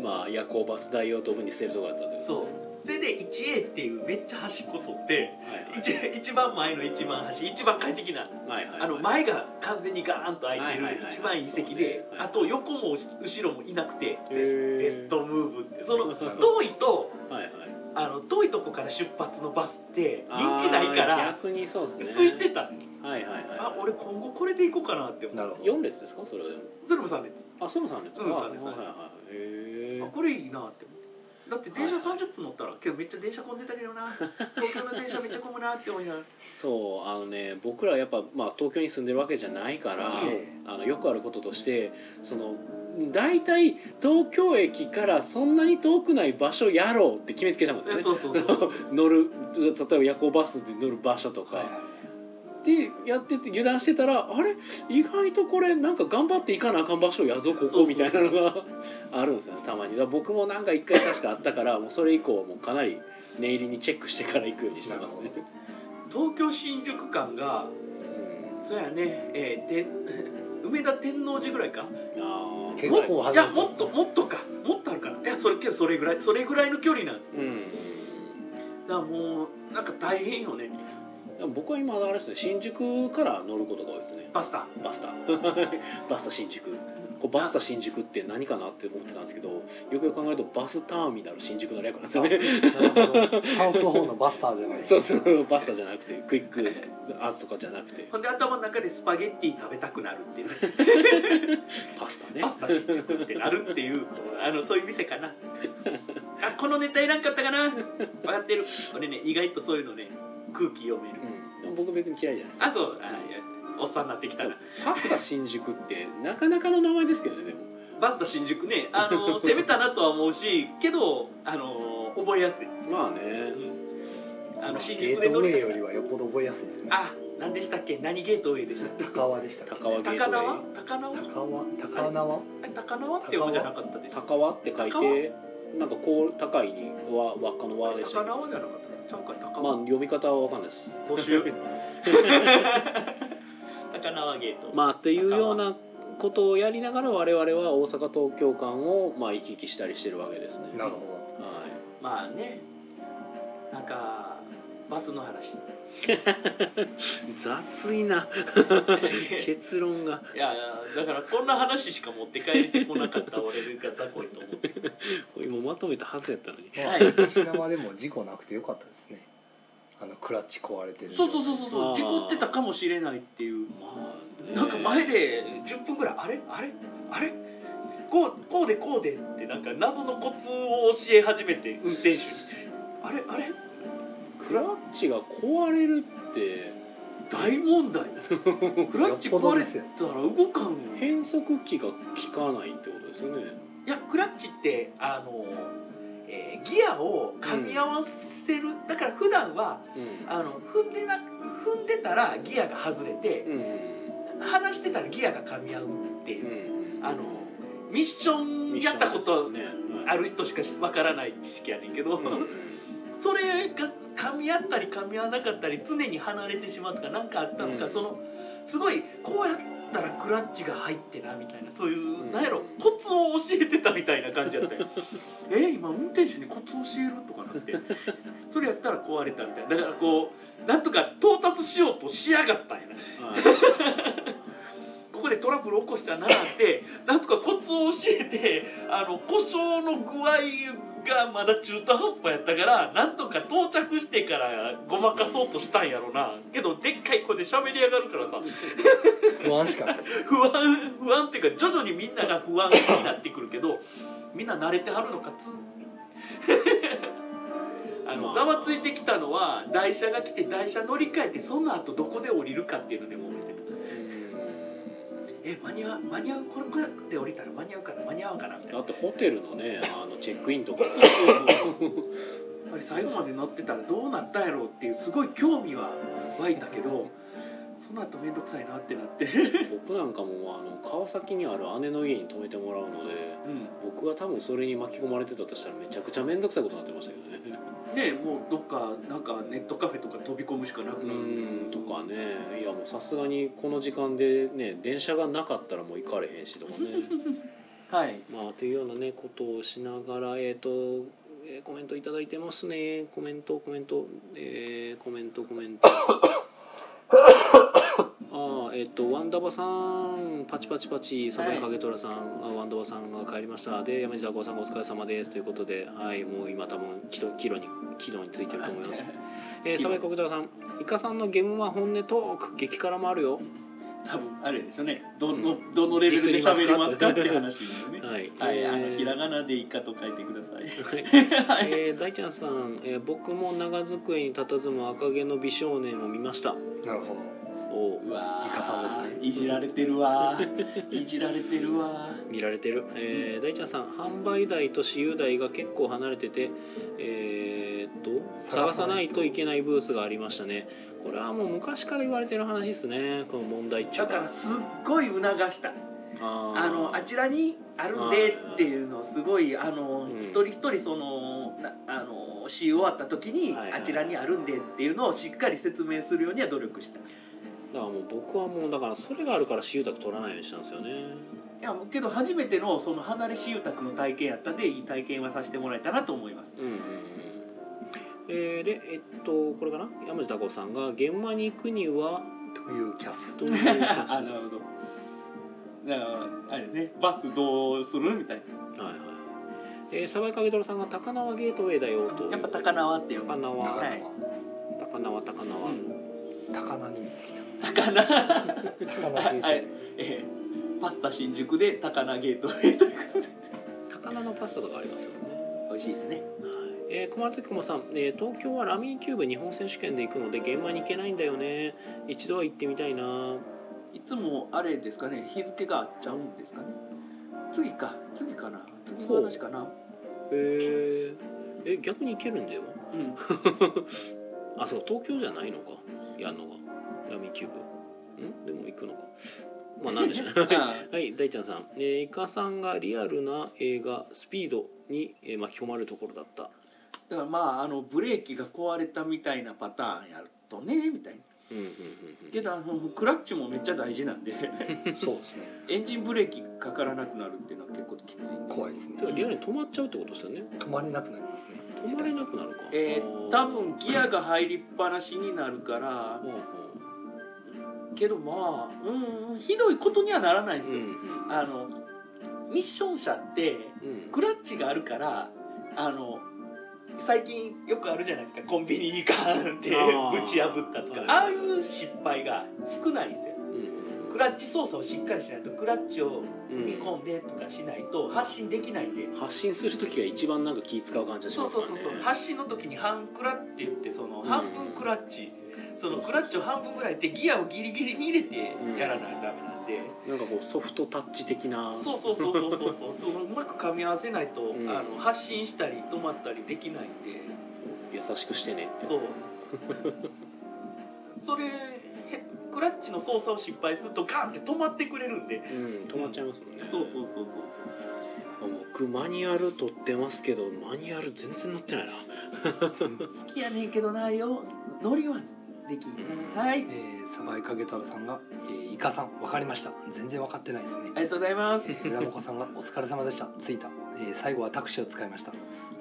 Speaker 1: まあ夜行バス代を飛ぶに捨てるとこだったってこと
Speaker 3: そうそれで 1A っていうめっちゃ端っこ取って
Speaker 1: はい
Speaker 3: 一一番前の一番端一番快適な
Speaker 1: はいはいはい
Speaker 3: あの前が完全にガーンと開いて
Speaker 1: はいはい
Speaker 3: る
Speaker 1: はい
Speaker 3: 一番いい席で
Speaker 1: はい
Speaker 3: あと横も後ろもいなくてベ
Speaker 1: へー
Speaker 3: スベストムーブってその遠いと
Speaker 1: はいはい
Speaker 3: あの遠いとこから出発のバスって [LAUGHS] 人気ないか
Speaker 1: あー
Speaker 3: ら
Speaker 1: 逆にそうです
Speaker 3: 空
Speaker 1: ね
Speaker 3: いてた
Speaker 1: はいはいはい
Speaker 3: あ俺今後これで行こうかなって思
Speaker 2: な
Speaker 3: う
Speaker 2: るほど
Speaker 1: 四列ですかそれはでも
Speaker 3: それもさんで
Speaker 1: あそれも三列か
Speaker 3: うん三列
Speaker 1: はいはいはいへ
Speaker 3: あ
Speaker 1: ー
Speaker 3: これいいなって思ってだって電車
Speaker 1: はいはい
Speaker 3: 30分乗ったらけどめっちゃ電車混んでたけ
Speaker 1: [LAUGHS]
Speaker 3: どな東京の電車めっちゃ混むなって思いながら
Speaker 1: そうあのね僕らやっぱまあ東京に住んでるわけじゃないから
Speaker 2: え
Speaker 1: あのよくあることとしてその大体東京駅からそんなに遠くない場所やろうって決めつけちゃうんですよね
Speaker 3: そうそうそうそう
Speaker 1: 乗る例えば夜行バスで乗る場所とか、でやってて油断してたらあれ意外とこれなんか頑張っていかなあかん場所やぞこ
Speaker 3: そうそうそ
Speaker 1: こ
Speaker 3: う
Speaker 1: みたいなのが [LAUGHS] あるんですよねたまにだから僕もなんか一回確かあったからもうそれ以降はもうかなり念入りにチェックしてから行くようにしてますね
Speaker 2: なる
Speaker 3: 東京新宿間がそうやねえー、て [LAUGHS] 梅田天王寺ぐらいか
Speaker 1: うんあー
Speaker 2: 結
Speaker 3: も
Speaker 2: 構
Speaker 3: い
Speaker 2: 離れ
Speaker 3: や
Speaker 2: てる
Speaker 3: もっともっとかもっとあるからいやそれけどそれぐらいそれぐらいの距離なんですだか
Speaker 1: うん
Speaker 3: らもうなんか大変よね
Speaker 1: でも僕は今あれですね新宿から乗ることが多いですね
Speaker 3: バスタ
Speaker 1: バスタ [LAUGHS] バスタ新宿こうバスタ新宿って何かなって思ってたんですけどよくよく考えるとバスターミナル新宿の略なんですよね
Speaker 2: なるほどハウスの方のバスターじゃな
Speaker 1: [LAUGHS]
Speaker 2: い
Speaker 1: そうそうバスタじゃなくてクイックアーツとかじゃなくて
Speaker 3: ほんで頭の中でスパゲッティ食べたくなるっていう
Speaker 1: パスタね
Speaker 3: [LAUGHS] パスタ新宿ってなるっていうこうあのそういう店か [LAUGHS] なあこのネタいらんかったかな分かってる俺ね意外とそういうのね空気読める
Speaker 1: うん、でも僕別に嫌いじゃないです
Speaker 3: あ
Speaker 1: か
Speaker 3: そうあいやおっさんになってきたな
Speaker 1: パスタ新宿ってなかなかの名前ですけどねでも
Speaker 3: バスタ新宿ねあ [LAUGHS] の攻めたなとは思うしけどあの覚えやすい
Speaker 1: まあね
Speaker 3: あの
Speaker 2: ゲ
Speaker 3: 新宿
Speaker 2: ー
Speaker 3: で
Speaker 2: ト
Speaker 3: 乗
Speaker 2: ウ
Speaker 3: り
Speaker 2: ェイ
Speaker 3: た
Speaker 2: よりはよっぽど覚えやすいですね
Speaker 3: あ何でしたっけ何ゲートウェイでしたっけ
Speaker 2: 高輪でしたっけ
Speaker 1: 高輪ゲー
Speaker 3: 高
Speaker 1: トウ
Speaker 3: 輪
Speaker 1: ェイ
Speaker 3: 高輪
Speaker 2: 高輪高輪
Speaker 3: あれ高輪って読むじゃなかったでしょ
Speaker 1: 高輪って書いてなんかこう高いに輪輪っかの輪でした
Speaker 3: 高
Speaker 1: けど
Speaker 3: 輪じゃなかったちゃうか高
Speaker 1: まあ
Speaker 3: 輪
Speaker 1: 読み方は分かんないです
Speaker 3: [LAUGHS] 募 [LAUGHS] 集高輪ゲート
Speaker 1: まあっていうようなことをやりながら我々は大阪東京間をまあ行き来したりしてるわけですね
Speaker 2: なるほ
Speaker 1: はい
Speaker 3: まあねなんかバスの [LAUGHS] 話
Speaker 1: 雑いない結論が
Speaker 3: やだからこんな話しか持って帰ってこなかった俺が雑魚いと思って
Speaker 1: 今まとめたはずやったのに
Speaker 2: ど、
Speaker 3: は
Speaker 2: 石山でも事故なくてよかったですねあのクラッチ壊れてる
Speaker 3: そうそうそうそう
Speaker 1: あ
Speaker 3: そう
Speaker 1: ー
Speaker 3: 事故ってたかもしれないっていう
Speaker 1: まあね
Speaker 3: なんか前で10分ぐらいあれあれあれこうこうでこうでってなんか謎のコツを教え始めて運転手にあれあれ
Speaker 1: クラッチが壊れるって
Speaker 3: 大問
Speaker 1: [LAUGHS]
Speaker 3: 題クラッチ壊れてたら動かんよい
Speaker 1: 変速機が効かないってことですよね
Speaker 3: やクラッチってあの、えーギアを噛み合わせる、だから普段は
Speaker 1: うん
Speaker 3: あの踏んでな踏んでたらギアが外れて
Speaker 1: うん
Speaker 3: 離してたらギアが噛み合うっていうう、
Speaker 1: ん
Speaker 3: あのミッションやったこと
Speaker 1: ミッションですね
Speaker 3: ある人しかわからない知識やねんけど、
Speaker 1: うんうん
Speaker 3: それが噛み合ったり噛み合わなかったり常に離れてしまうとか何かあったのか、
Speaker 1: うん
Speaker 3: そのすごいこうやったらクラッチが入ってなみたいなそういう、
Speaker 1: うん
Speaker 3: なんやろコツを教えてたみたいな感じやっ
Speaker 1: [LAUGHS]
Speaker 3: たよえ今運転手にコツ教えるとかなってそれやったら壊れたみたいなだからこうなんとか到達しようとしやがったんやな
Speaker 1: はい
Speaker 3: ここでトラブル起こしたなって
Speaker 1: [LAUGHS]
Speaker 3: なんとかコツを教えてあの故障の具合がまだ中途半端やったからなんとか到着してからごまかそうとしたんやろなけどでっかい声で喋り上がるからさ
Speaker 2: 不安しかないです
Speaker 3: 不安不安っていうか徐々にみんなが不安になってくるけどみんな慣れてはるのかつ [LAUGHS] あ
Speaker 1: ま
Speaker 3: の
Speaker 1: あ
Speaker 3: ざわついてきたのは台車が来て台車乗り換えてその後どこで降りるかっていうので揉めてた。え間に合う間に合うこれこれで降りたら間に合うかな間に合うかなみたい
Speaker 1: だ
Speaker 3: な
Speaker 1: ってホテルのねあのチェックインとか
Speaker 3: そうそうそうぱり最後まで乗ってたらどうなったんやろうっていうすごい興味は湧いたけどその後面倒くさいなってなって、
Speaker 1: 僕なんかもあの川崎にある姉の家に泊めてもらうので僕が多分それに巻き込まれてたとしたらめちゃくちゃ面倒くさいことになってましたけどね
Speaker 3: ねもうどっかなんかネットカフェとか飛び込むしかな
Speaker 1: [LAUGHS]
Speaker 3: く
Speaker 1: う
Speaker 3: なる
Speaker 1: んとかねいやもうさすがにこの時間でね電車がなかったらもう行かれへんしとかね
Speaker 3: はい
Speaker 1: まあというようなねことをしながらえっ、と、えーコメントいただいてますねコメントコメントえーコメントコメン
Speaker 3: [COUGHS]
Speaker 1: トああえっ、とワンダバさんパチパチパチ侍影虎さん、あワンダバさんが帰りましたで山地拓夫さんがお疲れ様ですということではいもう今多分キロキロにキロについてると思いますえー、サメコブタさん、イカさんのゲームは本音トーク激辛もあるよ。
Speaker 3: 多分あれでしょうねどのどのレベルで喋りますかって話ですよね
Speaker 1: はい、
Speaker 3: はい
Speaker 1: え
Speaker 3: あの
Speaker 1: ー
Speaker 3: ひらがなでイカと書いてください
Speaker 1: はいえー大ちゃんさん、えー僕も長机に佇む赤毛の美少年を見ました。
Speaker 2: なるほど
Speaker 1: お
Speaker 3: うわー
Speaker 2: イカさんですね
Speaker 3: いじられてるわーいじられてるわー
Speaker 1: 見られてる、えー大ちゃんさん販売台と私有台が結構離れててえーっと探さ
Speaker 2: 探さ
Speaker 1: な
Speaker 2: ないい
Speaker 1: といけないブースがありましたねこれはもう昔から言われてる話ですねこの問題っちゅう
Speaker 3: だからすっごい促した
Speaker 1: あー
Speaker 3: あのあちらにあるんでっていうのをすごいあの、
Speaker 1: うん
Speaker 3: 一人一人そのなあのし終わった時に、
Speaker 1: はいはい
Speaker 3: あちらにあるんでっていうのをしっかり説明するようには努力したい
Speaker 1: だからもう僕はもうだからそれがあるから私有宅取らないようにしたんですよね
Speaker 3: やけど初めてのその離れ私有宅の体験やったんでいい体験はさせてもらえたなと思います
Speaker 1: うんうんうんえーでえっとこれかな山地孝夫さんが「現場に行くには
Speaker 2: というキャス」
Speaker 1: というキャッチ [LAUGHS]
Speaker 3: [LAUGHS] あなるほどだからあれねバスどうするみたい
Speaker 1: はいはいえー、サバイカゲドラさんが高輪ゲートウェイだよと
Speaker 3: なやっぱ高輪って呼ぶ
Speaker 1: 高輪
Speaker 2: 高
Speaker 1: 高
Speaker 2: 菜
Speaker 3: は
Speaker 2: はい
Speaker 1: 輪高輪、
Speaker 3: うん
Speaker 2: 高菜に見て
Speaker 3: 高輪
Speaker 2: きた高菜ゲート
Speaker 3: はいえーパスタ新宿で高菜ゲートウェイということで
Speaker 1: 高輪のパスタとかありますよね
Speaker 3: 美味しいですね
Speaker 1: はいえー、熊崎雲さん、えー東京はラミーキューブ日本選手権で行くので現場に行けないんだよね一度は行ってみたいない
Speaker 3: つもあれですかね日付があっちゃうんですかね次か次かな次の話かな
Speaker 1: えー、え逆に行けるんだよ
Speaker 3: [LAUGHS] うん
Speaker 1: あそう東京じゃないのかやんのがラミーキューブんでも行くのかまあなん
Speaker 3: [LAUGHS]
Speaker 1: でしょうねはい大ちゃんさん、えー、イカさんがリアルな映画「スピードに」えー巻き込まれるところだった
Speaker 3: だからまああのブレーキが壊れたみたいなパターンやるとねみたいな
Speaker 1: うんうんうん
Speaker 3: けどあのクラッチもめっちゃ大事なんで [LAUGHS]
Speaker 2: ルそうですね
Speaker 3: エンジンブレーキかからなくなるっていうのは結構きついんで
Speaker 2: 怖いですね
Speaker 1: うんてかリアルに止まっちゃうってことですよね
Speaker 2: 止まれなくなりますね
Speaker 1: 止まれなくなるか
Speaker 3: え
Speaker 1: あ
Speaker 3: ー
Speaker 1: ー
Speaker 3: 多分ギアが入りっぱなしになるから
Speaker 1: うんうん
Speaker 3: けどまあうんうんひどいことにはならないんです
Speaker 1: う
Speaker 3: よ、
Speaker 1: ん
Speaker 3: あのミッション車って
Speaker 1: うん
Speaker 3: クラッチがあるからあの最近よくあるじゃないですかコンビニにガーンって
Speaker 1: あー
Speaker 3: ぶち破ったとか
Speaker 1: はい
Speaker 3: ああいう失敗が少ないんですよ
Speaker 1: うんうん
Speaker 3: クラッチ操作をしっかりしないとクラッチを
Speaker 1: うん
Speaker 3: 踏み込んでとかしないと発進できないんで、
Speaker 1: 発信する時が一番なんか気使う感じがし
Speaker 3: そ
Speaker 1: ま
Speaker 3: う
Speaker 1: すか
Speaker 3: そう
Speaker 1: ら
Speaker 3: そう
Speaker 1: ね
Speaker 3: そう発進の時に半クラって言ってその
Speaker 1: うん
Speaker 3: 半分クラッチ、そのクラッチを半分ぐらいでギアをギリギリに入れてやらないとダメなんで、
Speaker 1: なんかこうソフトタッチ的な
Speaker 3: そうそうそうそうそうそうそのうまく噛み合わせないと、
Speaker 1: うん
Speaker 3: あの発進したり止まったりできないんで
Speaker 1: そう優しくしてねって
Speaker 3: そうそれへクラッチの操作を失敗するとガンって止まってくれるんで
Speaker 1: うん止まっちゃいますもんね
Speaker 3: そうそうそうそうそう
Speaker 1: 僕マニュアル取ってますけどマニュアル全然載ってないな
Speaker 3: 好きやねんけどなよノリはでき
Speaker 1: うん
Speaker 3: んはい
Speaker 2: えー、サバイカゲタルさんが、えー、イカさんわかりました全然わかってないですね [LAUGHS]
Speaker 3: ありがとうございます
Speaker 2: 浦本さんがお疲れ様でした着いた、えー、最後はタクシーを使いました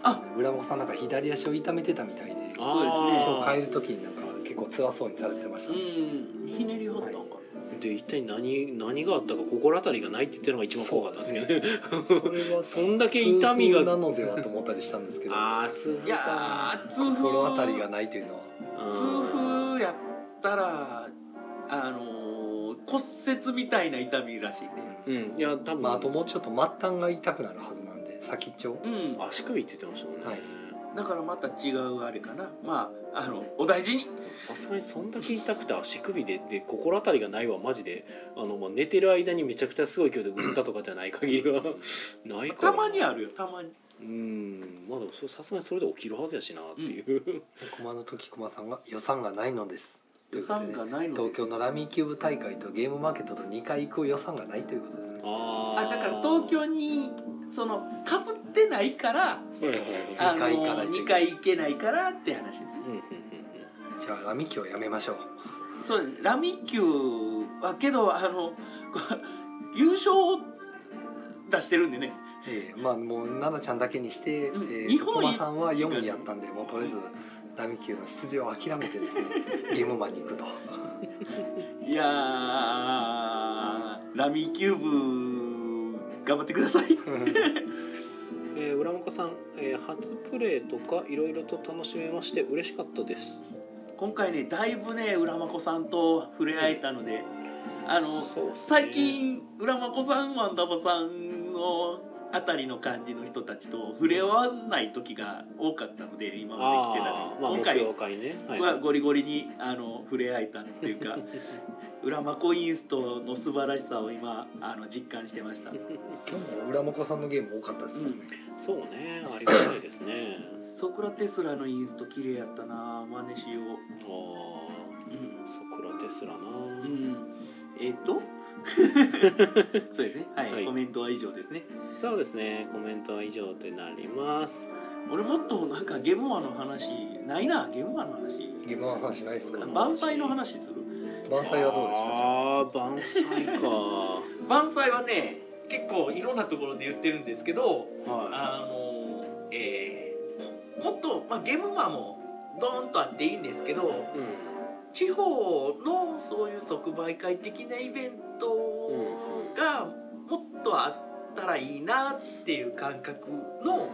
Speaker 3: あ
Speaker 2: 浦本さんなんか左足を痛めてたみたいで
Speaker 3: そうですね
Speaker 1: あー
Speaker 2: 帰る時になんか結構辛そうにされてました、
Speaker 3: うんひねりほったんかな、
Speaker 1: で一体何何があったか心当たりがないって言ってるのが一番怖かったんですけどね
Speaker 2: それは
Speaker 1: そんだけ痛みが
Speaker 2: 痛風なのではと思ったりしたんですけど
Speaker 1: [LAUGHS] ああ痛
Speaker 3: い
Speaker 1: 風
Speaker 3: や
Speaker 1: か
Speaker 3: ー痛風
Speaker 2: 心当たりがないというのは
Speaker 1: うん
Speaker 3: 痛風やったらあのー骨折みたいな痛みらしいね
Speaker 1: うんいや多分、
Speaker 2: まあ、あともうちょっと末端が痛くなるはずなんで先っちょを
Speaker 3: うん
Speaker 1: 足首って言ってましたもんね、
Speaker 2: はい
Speaker 3: だからまた違うあれかなまああのお大事に
Speaker 1: さすがにそんだけ痛くて足首でで心当たりがないわマジであの、まあ、寝
Speaker 3: [LAUGHS]
Speaker 1: てる間にめちゃくちゃすごい勢いで打ったとかじゃない限りはないから
Speaker 3: たまにあるよたまに
Speaker 1: ううんまあでもそれさすがにそれで起きるはずやしなっていう、
Speaker 2: 駒の時駒さんが予算がないのですとい
Speaker 3: 予
Speaker 2: うことで
Speaker 3: 算
Speaker 2: ね
Speaker 3: がないので
Speaker 2: 東京のラミーキューブ大会とゲームマーケットと2回行く予算がないということですね
Speaker 1: あ
Speaker 3: あだから東京にそのかぶってないから
Speaker 1: 京はいはいはい
Speaker 3: あの
Speaker 2: 二回行かないといけない
Speaker 3: 2回行けないからって話ですね
Speaker 1: うんうん
Speaker 2: じゃあラミキューはやめましょう
Speaker 3: そうですラミキューはけどあの [LAUGHS] こう優勝を出してるんでね
Speaker 2: ええまあもう奈々ちゃんだけにして、
Speaker 3: うん
Speaker 2: え
Speaker 3: 日
Speaker 2: ー、
Speaker 3: 本一
Speaker 2: 駒さんは4位やったんでもうとりあえずラミキューの出場を諦めて
Speaker 3: [LAUGHS]
Speaker 2: ですねゲームマに行くと
Speaker 3: いやーラミキューブ頑張ってください
Speaker 1: うんうんえー、浦本さん、えー初プレイとかいろいろと楽しめまして嬉しかったです
Speaker 3: 今回ねだいぶね浦真子さんと触れ合えたのであの
Speaker 1: そうっすね
Speaker 3: 最近浦真子さんワンダバさんのあたりの感じの人たちと触れ合わない時が多かったので今まで来てたの
Speaker 1: ああまあ
Speaker 3: 今
Speaker 1: 目
Speaker 3: 回
Speaker 1: 標会ね、はい
Speaker 3: はゴリゴリにあの触れ合えたってい
Speaker 1: [LAUGHS]
Speaker 3: うか浦真子インストの素晴らしさを今あの実感してました
Speaker 2: 今日も浦本さんのゲーム多かったですね、
Speaker 1: そうねありがたいですね
Speaker 3: ソクラテスラのインスト綺麗やったな真似しよ
Speaker 1: ああ
Speaker 3: ううん、
Speaker 1: ソクラテスラな、
Speaker 3: うん、えっ、と [LAUGHS] そうですねはい、
Speaker 1: はい
Speaker 3: コメントは以上ですね
Speaker 1: そうですねコメントは以上となります
Speaker 3: 俺もっとなんかゲームマの話ないなゲームマの話
Speaker 2: ゲームマの話ないですか
Speaker 1: マの話
Speaker 3: 万歳の話する
Speaker 2: 万歳はどうでした
Speaker 1: ああ万歳か
Speaker 3: 万歳はね結構いろんなところで言ってるんですけど
Speaker 1: は
Speaker 3: あのえーもっと、まあ、ゲームマもドーンとあっていいんですけど
Speaker 1: い、うん、
Speaker 3: 地方のそういう即売会的なイベントがもっとあったらいいなっていう感覚の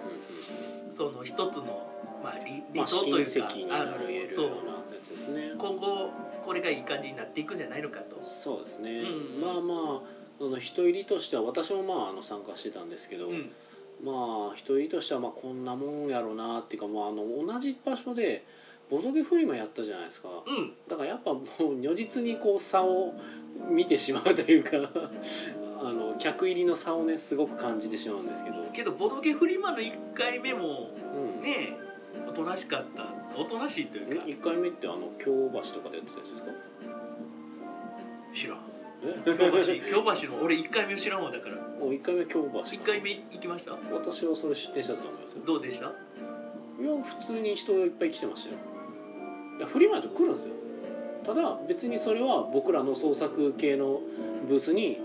Speaker 3: その一つの、まあ、
Speaker 1: ま
Speaker 3: 理理
Speaker 1: あ
Speaker 3: 想
Speaker 1: 試
Speaker 3: と
Speaker 1: 金
Speaker 3: いう
Speaker 1: 石
Speaker 3: か、
Speaker 1: に
Speaker 3: あ
Speaker 1: な
Speaker 3: の
Speaker 1: る
Speaker 3: そ
Speaker 1: よ
Speaker 3: う
Speaker 1: うなやつですね
Speaker 3: 今後これがいい感じになっていくんじゃないのかと。
Speaker 1: そうですね、
Speaker 3: うん
Speaker 1: まあまああの人入りとしては私もまああの参加してたんですけど、
Speaker 3: うん
Speaker 1: まあ人入りとしてはまあこんなもんやろうなっていうか、まあ、あの同じ場所でボドゲフリマやったじゃないですか
Speaker 3: うん
Speaker 1: だからやっぱもう如実にこう差を見てしまうというか [LAUGHS] あの客入りの差をねすごく感じてしまうんですけど、
Speaker 3: けどボドゲフリマの1回目も
Speaker 1: うん
Speaker 3: ねおとなしかったおとなしいというか
Speaker 1: 1回目ってあの京橋とかでやってたやつですか
Speaker 3: 知らん
Speaker 1: え
Speaker 3: [LAUGHS] 京橋京橋の俺1回目知らんわだから
Speaker 1: [LAUGHS] もう1回目京橋
Speaker 3: 1回目行きました
Speaker 1: 私はそれ出店したと思いますよ
Speaker 3: どうでした
Speaker 1: いや普通に人がいっぱい来てましたよいやフリマだと来るんですよただ別にそれは僕らの創作系のブースに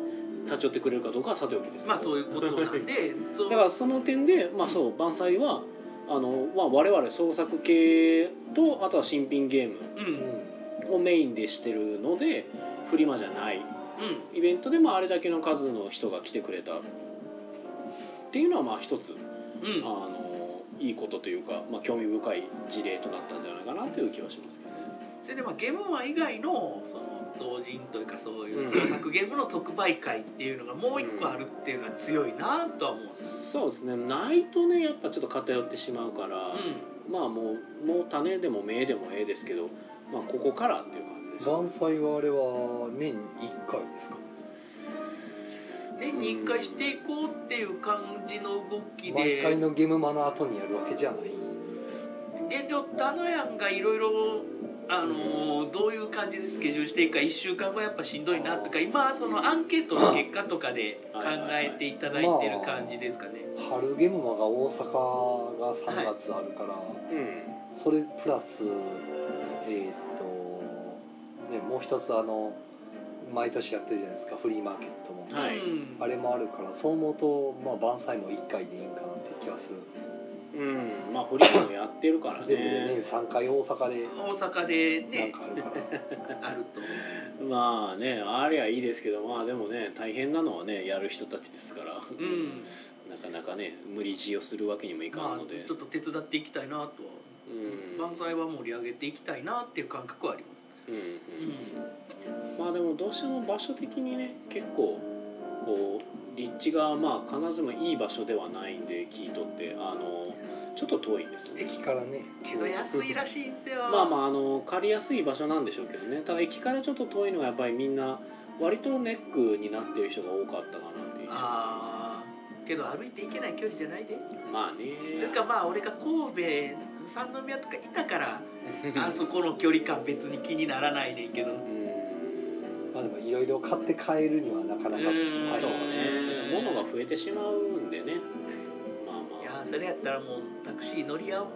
Speaker 1: 立ち寄ってくれるかどうかはさておきです
Speaker 3: まあそういうことなんで [LAUGHS] そう
Speaker 1: だからその点でまあそう万歳はあの、まあ、我々創作系とあとは新品ゲーム
Speaker 3: うん
Speaker 2: うん
Speaker 1: をメインでしてるのでフリマじゃない
Speaker 3: うん
Speaker 1: イベントでもあれだけの数の人が来てくれたっていうのはまあ一つ
Speaker 3: うん
Speaker 1: あのいいことというか、まあ、興味深い事例となったんじゃないかなという気はしますけどね
Speaker 3: それでまあゲームマン以外のその同人というかそういううん創作ゲームの特売会っていうのがもう一個あるっていうのは強いなとは思うんですよ
Speaker 1: そうですねないとねやっぱちょっと偏ってしまうから、まあもうもう種でも芽でもええですけど、まあ、ここからっていう感じです
Speaker 2: 万歳はあれは年1回ですか
Speaker 3: うん、年に1回していこうっていう感じの動き
Speaker 2: 毎回
Speaker 3: で
Speaker 2: のゲームマの後にやるわけじゃない
Speaker 3: 現状ダノヤンがいろいろあのーどういう感じでスケジュールしていくか1週間後やっぱしんどいなとか今はそのアンケートの結果とかで考えていただいてる感じですかね。
Speaker 2: 春ゲームマが大阪が3月あるから、
Speaker 1: うん
Speaker 2: それプラスえーっとねもう一つあの毎年やってるじゃないですかフリーマーケットも、
Speaker 1: はい
Speaker 3: うん
Speaker 2: あれもあるからそう思うと、まあ、万歳も1回でいいんかなって気はするんですよ
Speaker 1: うんまあフリーもやってるから
Speaker 2: 全部で
Speaker 1: ね
Speaker 2: 年3回大阪で
Speaker 3: 大阪で
Speaker 2: なん
Speaker 3: ね
Speaker 2: かあるから、 [LAUGHS]
Speaker 3: あると
Speaker 1: まあねありゃいいですけどまあでもね大変なのはねやる人たちですから、
Speaker 3: うん
Speaker 1: なかなかね無理強いをするわけにもいか
Speaker 3: ま
Speaker 1: んので、
Speaker 3: あ、ちょっと手伝っていきたいなとは、
Speaker 1: うん
Speaker 3: 万歳は盛り上げていきたいなっていう感覚はありま
Speaker 1: うんうん
Speaker 3: す、
Speaker 1: まあでもどうしても場所的にね結構こう立地がまあ必ずしもいい場所ではないんで聞いとってあのちょっと遠いんですよね
Speaker 2: 駅からね
Speaker 3: けど安いらしいんですよ
Speaker 1: まあまああの借りやすい場所なんでしょうけどねただ駅からちょっと遠いのがやっぱりみんな割とネックになってる人が多かったかなっていう印象
Speaker 3: あけど歩いていけない距離じゃないで
Speaker 1: まあね
Speaker 3: というかまあ俺が神戸三宮とかいたからあそこの距離感別に気にならないねんけど
Speaker 1: うん
Speaker 2: まあでもいろいろ買って帰るにはなかなか
Speaker 3: うん
Speaker 2: はい
Speaker 1: そう
Speaker 3: ね
Speaker 1: ね物が増えてしまうんでねまあまあ
Speaker 3: いやーそれやったらもうタクシー乗り合おう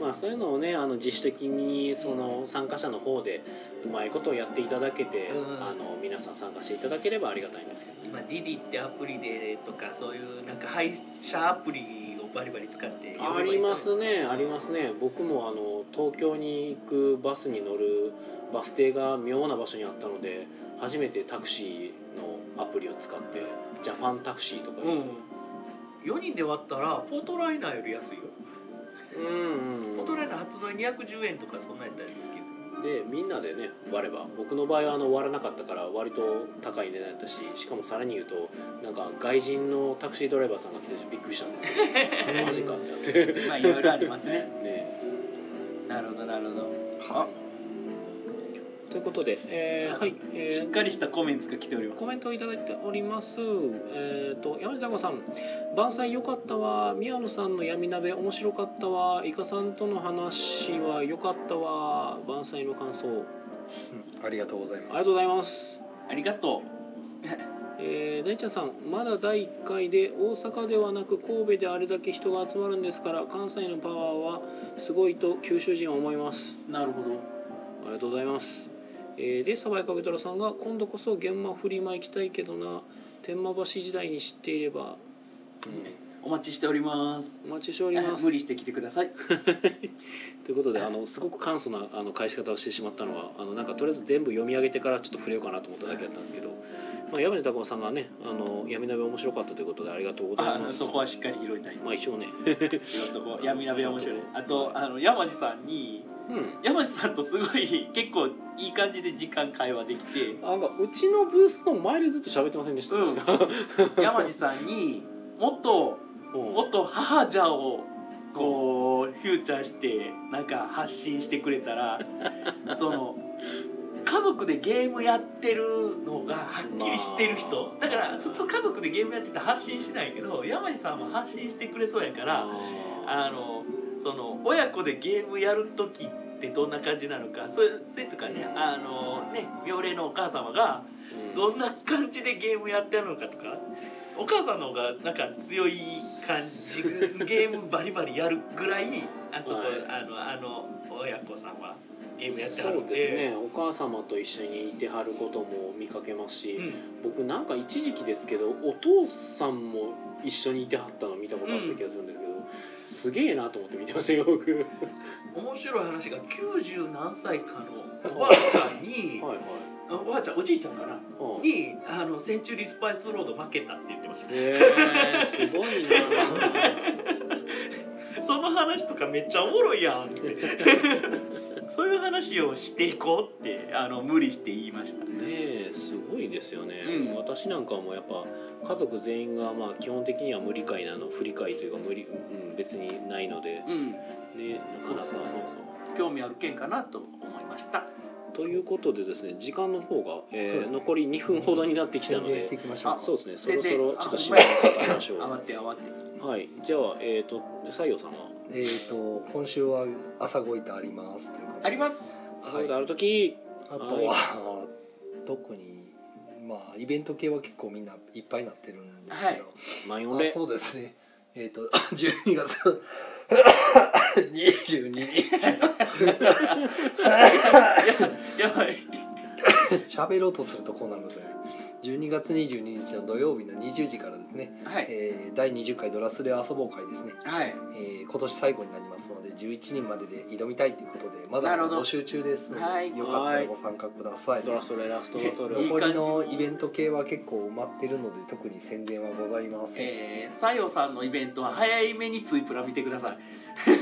Speaker 1: まあ、そういうのをねあの自主的にその参加者の方でうまいことをやっていただけて、
Speaker 3: うん
Speaker 1: あの皆さん参加していただければありがたいんですけどね
Speaker 3: 今ディディってアプリでとかそういうなんか配車アプリをバリバリ使って
Speaker 1: ありますねありますね僕もあの東京に行くバスに乗るバス停が妙な場所にあったので初めてタクシーのアプリを使ってジャパンタクシーとか
Speaker 3: う
Speaker 1: で
Speaker 3: ん4人で割ったらポートライナーより安いよ
Speaker 1: うん
Speaker 3: ポ
Speaker 1: う
Speaker 3: ー
Speaker 1: ん
Speaker 3: トライナー発売210円とかそんなんやったらいいけど
Speaker 1: でみんなでね割れば僕の場合はあの割らなかったから割と高い値段やったししかもさらに言うとなんか外人のタクシードライバーさんが来てびっくりしたんですけ
Speaker 3: [LAUGHS]
Speaker 1: どマジかってなってね
Speaker 4: まあいろいろありますね
Speaker 1: え
Speaker 4: なるほどなるほど
Speaker 2: は
Speaker 1: ということで、えーはい、え
Speaker 4: しっ
Speaker 1: ー
Speaker 4: かりしたコメントが来ております
Speaker 1: コメントをいただいております。えっ、と山下子さん、晩餐良かったわ。宮野さんの闇鍋面白かったわ。イカさんとの話は良かったわ。晩餐の感想、
Speaker 2: うんありがとうござい
Speaker 1: あり
Speaker 2: ま
Speaker 1: がとうございます。
Speaker 4: ありがと
Speaker 1: えー、大ちゃんさんまだ第1回で大阪ではなく神戸であれだけ人が集まるんですから関西のパワーはすごいと九州人は思います
Speaker 4: うなるほど
Speaker 1: ありがとうございます、えー、でサバイかけたらさんが今度こそ現場フリマ行きたいけどな天満橋時代に知っていれば
Speaker 2: すうん
Speaker 4: お待ちしております
Speaker 1: お待ちしております
Speaker 4: 無理して来てください
Speaker 1: ということであのすごく簡素なあの返し方をしてしまったのはあのなんかとりあえず全部読み上げてからちょっと触れようかなと思っただけだったんですけど、まあ、山根拓夫さんがねあの闇鍋面白かったということでありがとうございま
Speaker 4: あの
Speaker 1: す
Speaker 4: そこはしっかり拾いたい
Speaker 1: まあ一応ね
Speaker 4: 拾っとこう闇鍋は面白いあとあの山地さんに
Speaker 1: うん
Speaker 4: 山地さんとすごい結構いい感じで時間会話できて
Speaker 1: なんかうちのブースの前でずっと喋ってませんでした、 [LAUGHS]
Speaker 4: うん
Speaker 1: 確か
Speaker 4: 山地さんにもっと
Speaker 1: うん
Speaker 4: もっと母じゃをこうフューチャーしてなんか発信してくれたらその家族でゲームやってるのがはっきりしてる人
Speaker 1: まあ
Speaker 4: だから普通家族でゲームやってて発信しないけど山地さんも発信してくれそうやから
Speaker 1: あ
Speaker 4: あのその親子でゲームやる時ってどんな感じなのかそれそれとかねあのね妙齢のお母様が
Speaker 1: ー
Speaker 4: どんな感じでゲームやってるのかとかお母さんの方がなんか強い感
Speaker 1: [LAUGHS]
Speaker 4: じゲームバリバリやるぐらいあそこ、
Speaker 1: はい
Speaker 4: あのあの親子さんはゲームやって
Speaker 1: そ
Speaker 4: はる
Speaker 1: うん
Speaker 4: で
Speaker 1: ですねお母様と一緒にいてはることも見かけますし、
Speaker 4: うん
Speaker 1: 僕なんか一時期ですけどお父さんも一緒にいてはったの見たことあった気がするんですけど、すげえなと思って見てましたよ
Speaker 4: [LAUGHS]
Speaker 1: 僕はい
Speaker 3: 面白い話が90何歳かのおばあちゃんに
Speaker 1: はい
Speaker 3: あおばあちゃんおじいちゃんかな
Speaker 1: うん
Speaker 3: にあのセンチュリースパイスロード負けたって言ってました
Speaker 1: えー、すごい
Speaker 4: [LAUGHS]
Speaker 1: な
Speaker 3: その話とかめっちゃおもろいやんって
Speaker 4: [LAUGHS] そういう話をしていこうってあの無理して言いました
Speaker 1: ねえすごいですよね、
Speaker 4: うん
Speaker 1: 私なんかはもうやっぱ家族全員がまあ基本的には無理解なの不理解というか無理、うん、別にないので
Speaker 4: うん
Speaker 1: ねな
Speaker 4: そ
Speaker 1: か
Speaker 4: うそ
Speaker 1: な
Speaker 4: う
Speaker 1: か
Speaker 4: そうそう興味ある件かなと思いました
Speaker 1: ということでですね時間の方が、えー
Speaker 2: そうですね
Speaker 1: 残り2分ほどになってきた
Speaker 2: 宣
Speaker 1: の
Speaker 2: 言して
Speaker 1: で
Speaker 2: いきましょう
Speaker 4: あ
Speaker 1: そうですねそろそろちょっと締
Speaker 4: 宣伝
Speaker 1: めていきましょ
Speaker 4: 慌て慌て
Speaker 1: うはいじゃあえっ、と西洋さんは
Speaker 2: えっ、と今週は朝ごいたありますということで
Speaker 4: あります
Speaker 1: 朝ごはんある時、
Speaker 2: あとは特にまあイベント系は結構みんないっぱいになってるんですけど、
Speaker 1: マイオンで
Speaker 2: あそうですねえっ、と [LAUGHS] 12月22日
Speaker 4: やばい
Speaker 2: 喋ろうとするとこうなんですよね12月22日の土曜日の20時からですね、
Speaker 4: はい
Speaker 2: えー第20回ドラスレ遊ぼう会ですね、
Speaker 4: はい
Speaker 2: えー今年最後になりますので11人までで挑みたいということでま
Speaker 4: な
Speaker 2: だ
Speaker 4: るほど
Speaker 2: 募集中ですので、
Speaker 4: はい
Speaker 2: よかったらご参加ください
Speaker 1: ドラストレラストバトル
Speaker 4: いい
Speaker 2: 残
Speaker 4: 感
Speaker 2: り
Speaker 4: じ
Speaker 2: のイベント系は結構埋まってるので特に宣伝はございません、
Speaker 4: えー、西洋さんのイベントは早い目にツイプラ見てください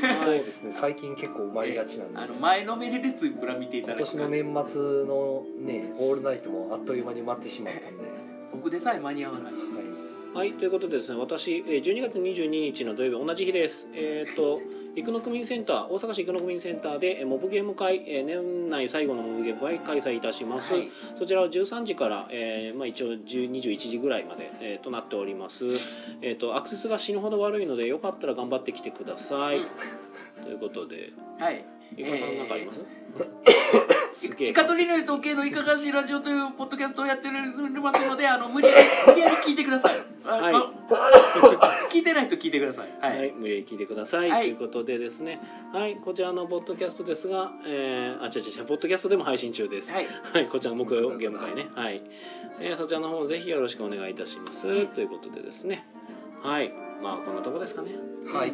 Speaker 1: は
Speaker 2: そう
Speaker 1: い
Speaker 2: ですね最近結構埋まりがちなんで、
Speaker 4: あの前のめりでツイプラ見ていた
Speaker 2: 今
Speaker 4: だ
Speaker 2: 年
Speaker 4: く
Speaker 2: の
Speaker 4: と、
Speaker 2: 年末のねオールナイトもあっという間に埋まってしまったんで、は
Speaker 4: 僕でさえ間に合わない
Speaker 2: い、
Speaker 1: はいということでですね私えー12月22日の土曜日同じ日ですえっ、と生野区民センター大阪市生野区民センターでえーモブゲーム会えー年内最後のモブゲーム会開催いたします、
Speaker 5: はい
Speaker 1: そちらは13時から、えーまあ、一応10 21時ぐらいまで、えーとなっております、えー、とアクセスが死ぬほど悪いのでよかったら頑張ってきてくださいということで
Speaker 3: はい
Speaker 1: ゆかさんなんかあります、すげえ
Speaker 3: イカとりの統計のいかがわしいラジオというポッドキャストをやっておりますのであの無理やり無理やり聞いてください、
Speaker 1: はい
Speaker 3: ああ聞いてない人聞いてくださいはい、
Speaker 1: はい、無理やり聞いてください、
Speaker 3: はい
Speaker 1: ということでですねはいこちらのポッドキャストですが、えー、あ違う違う違うポッドキャストでも配信中です
Speaker 3: はい
Speaker 1: はい、こちらの木曜ゲーム会ね、はい、えーそちらの方もぜひよろしくお願いいたします、ということでですね、はい、まあこんなとこですかね。
Speaker 2: はい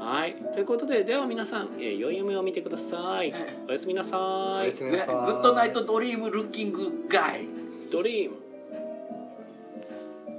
Speaker 1: はい、ということで、では皆さん、えー良い夢を見てください。おやすみなさ
Speaker 2: おや
Speaker 1: い
Speaker 2: す。み
Speaker 3: グ
Speaker 2: なさい
Speaker 3: ッドナイトドリームルッキングガイ
Speaker 1: ドリーム。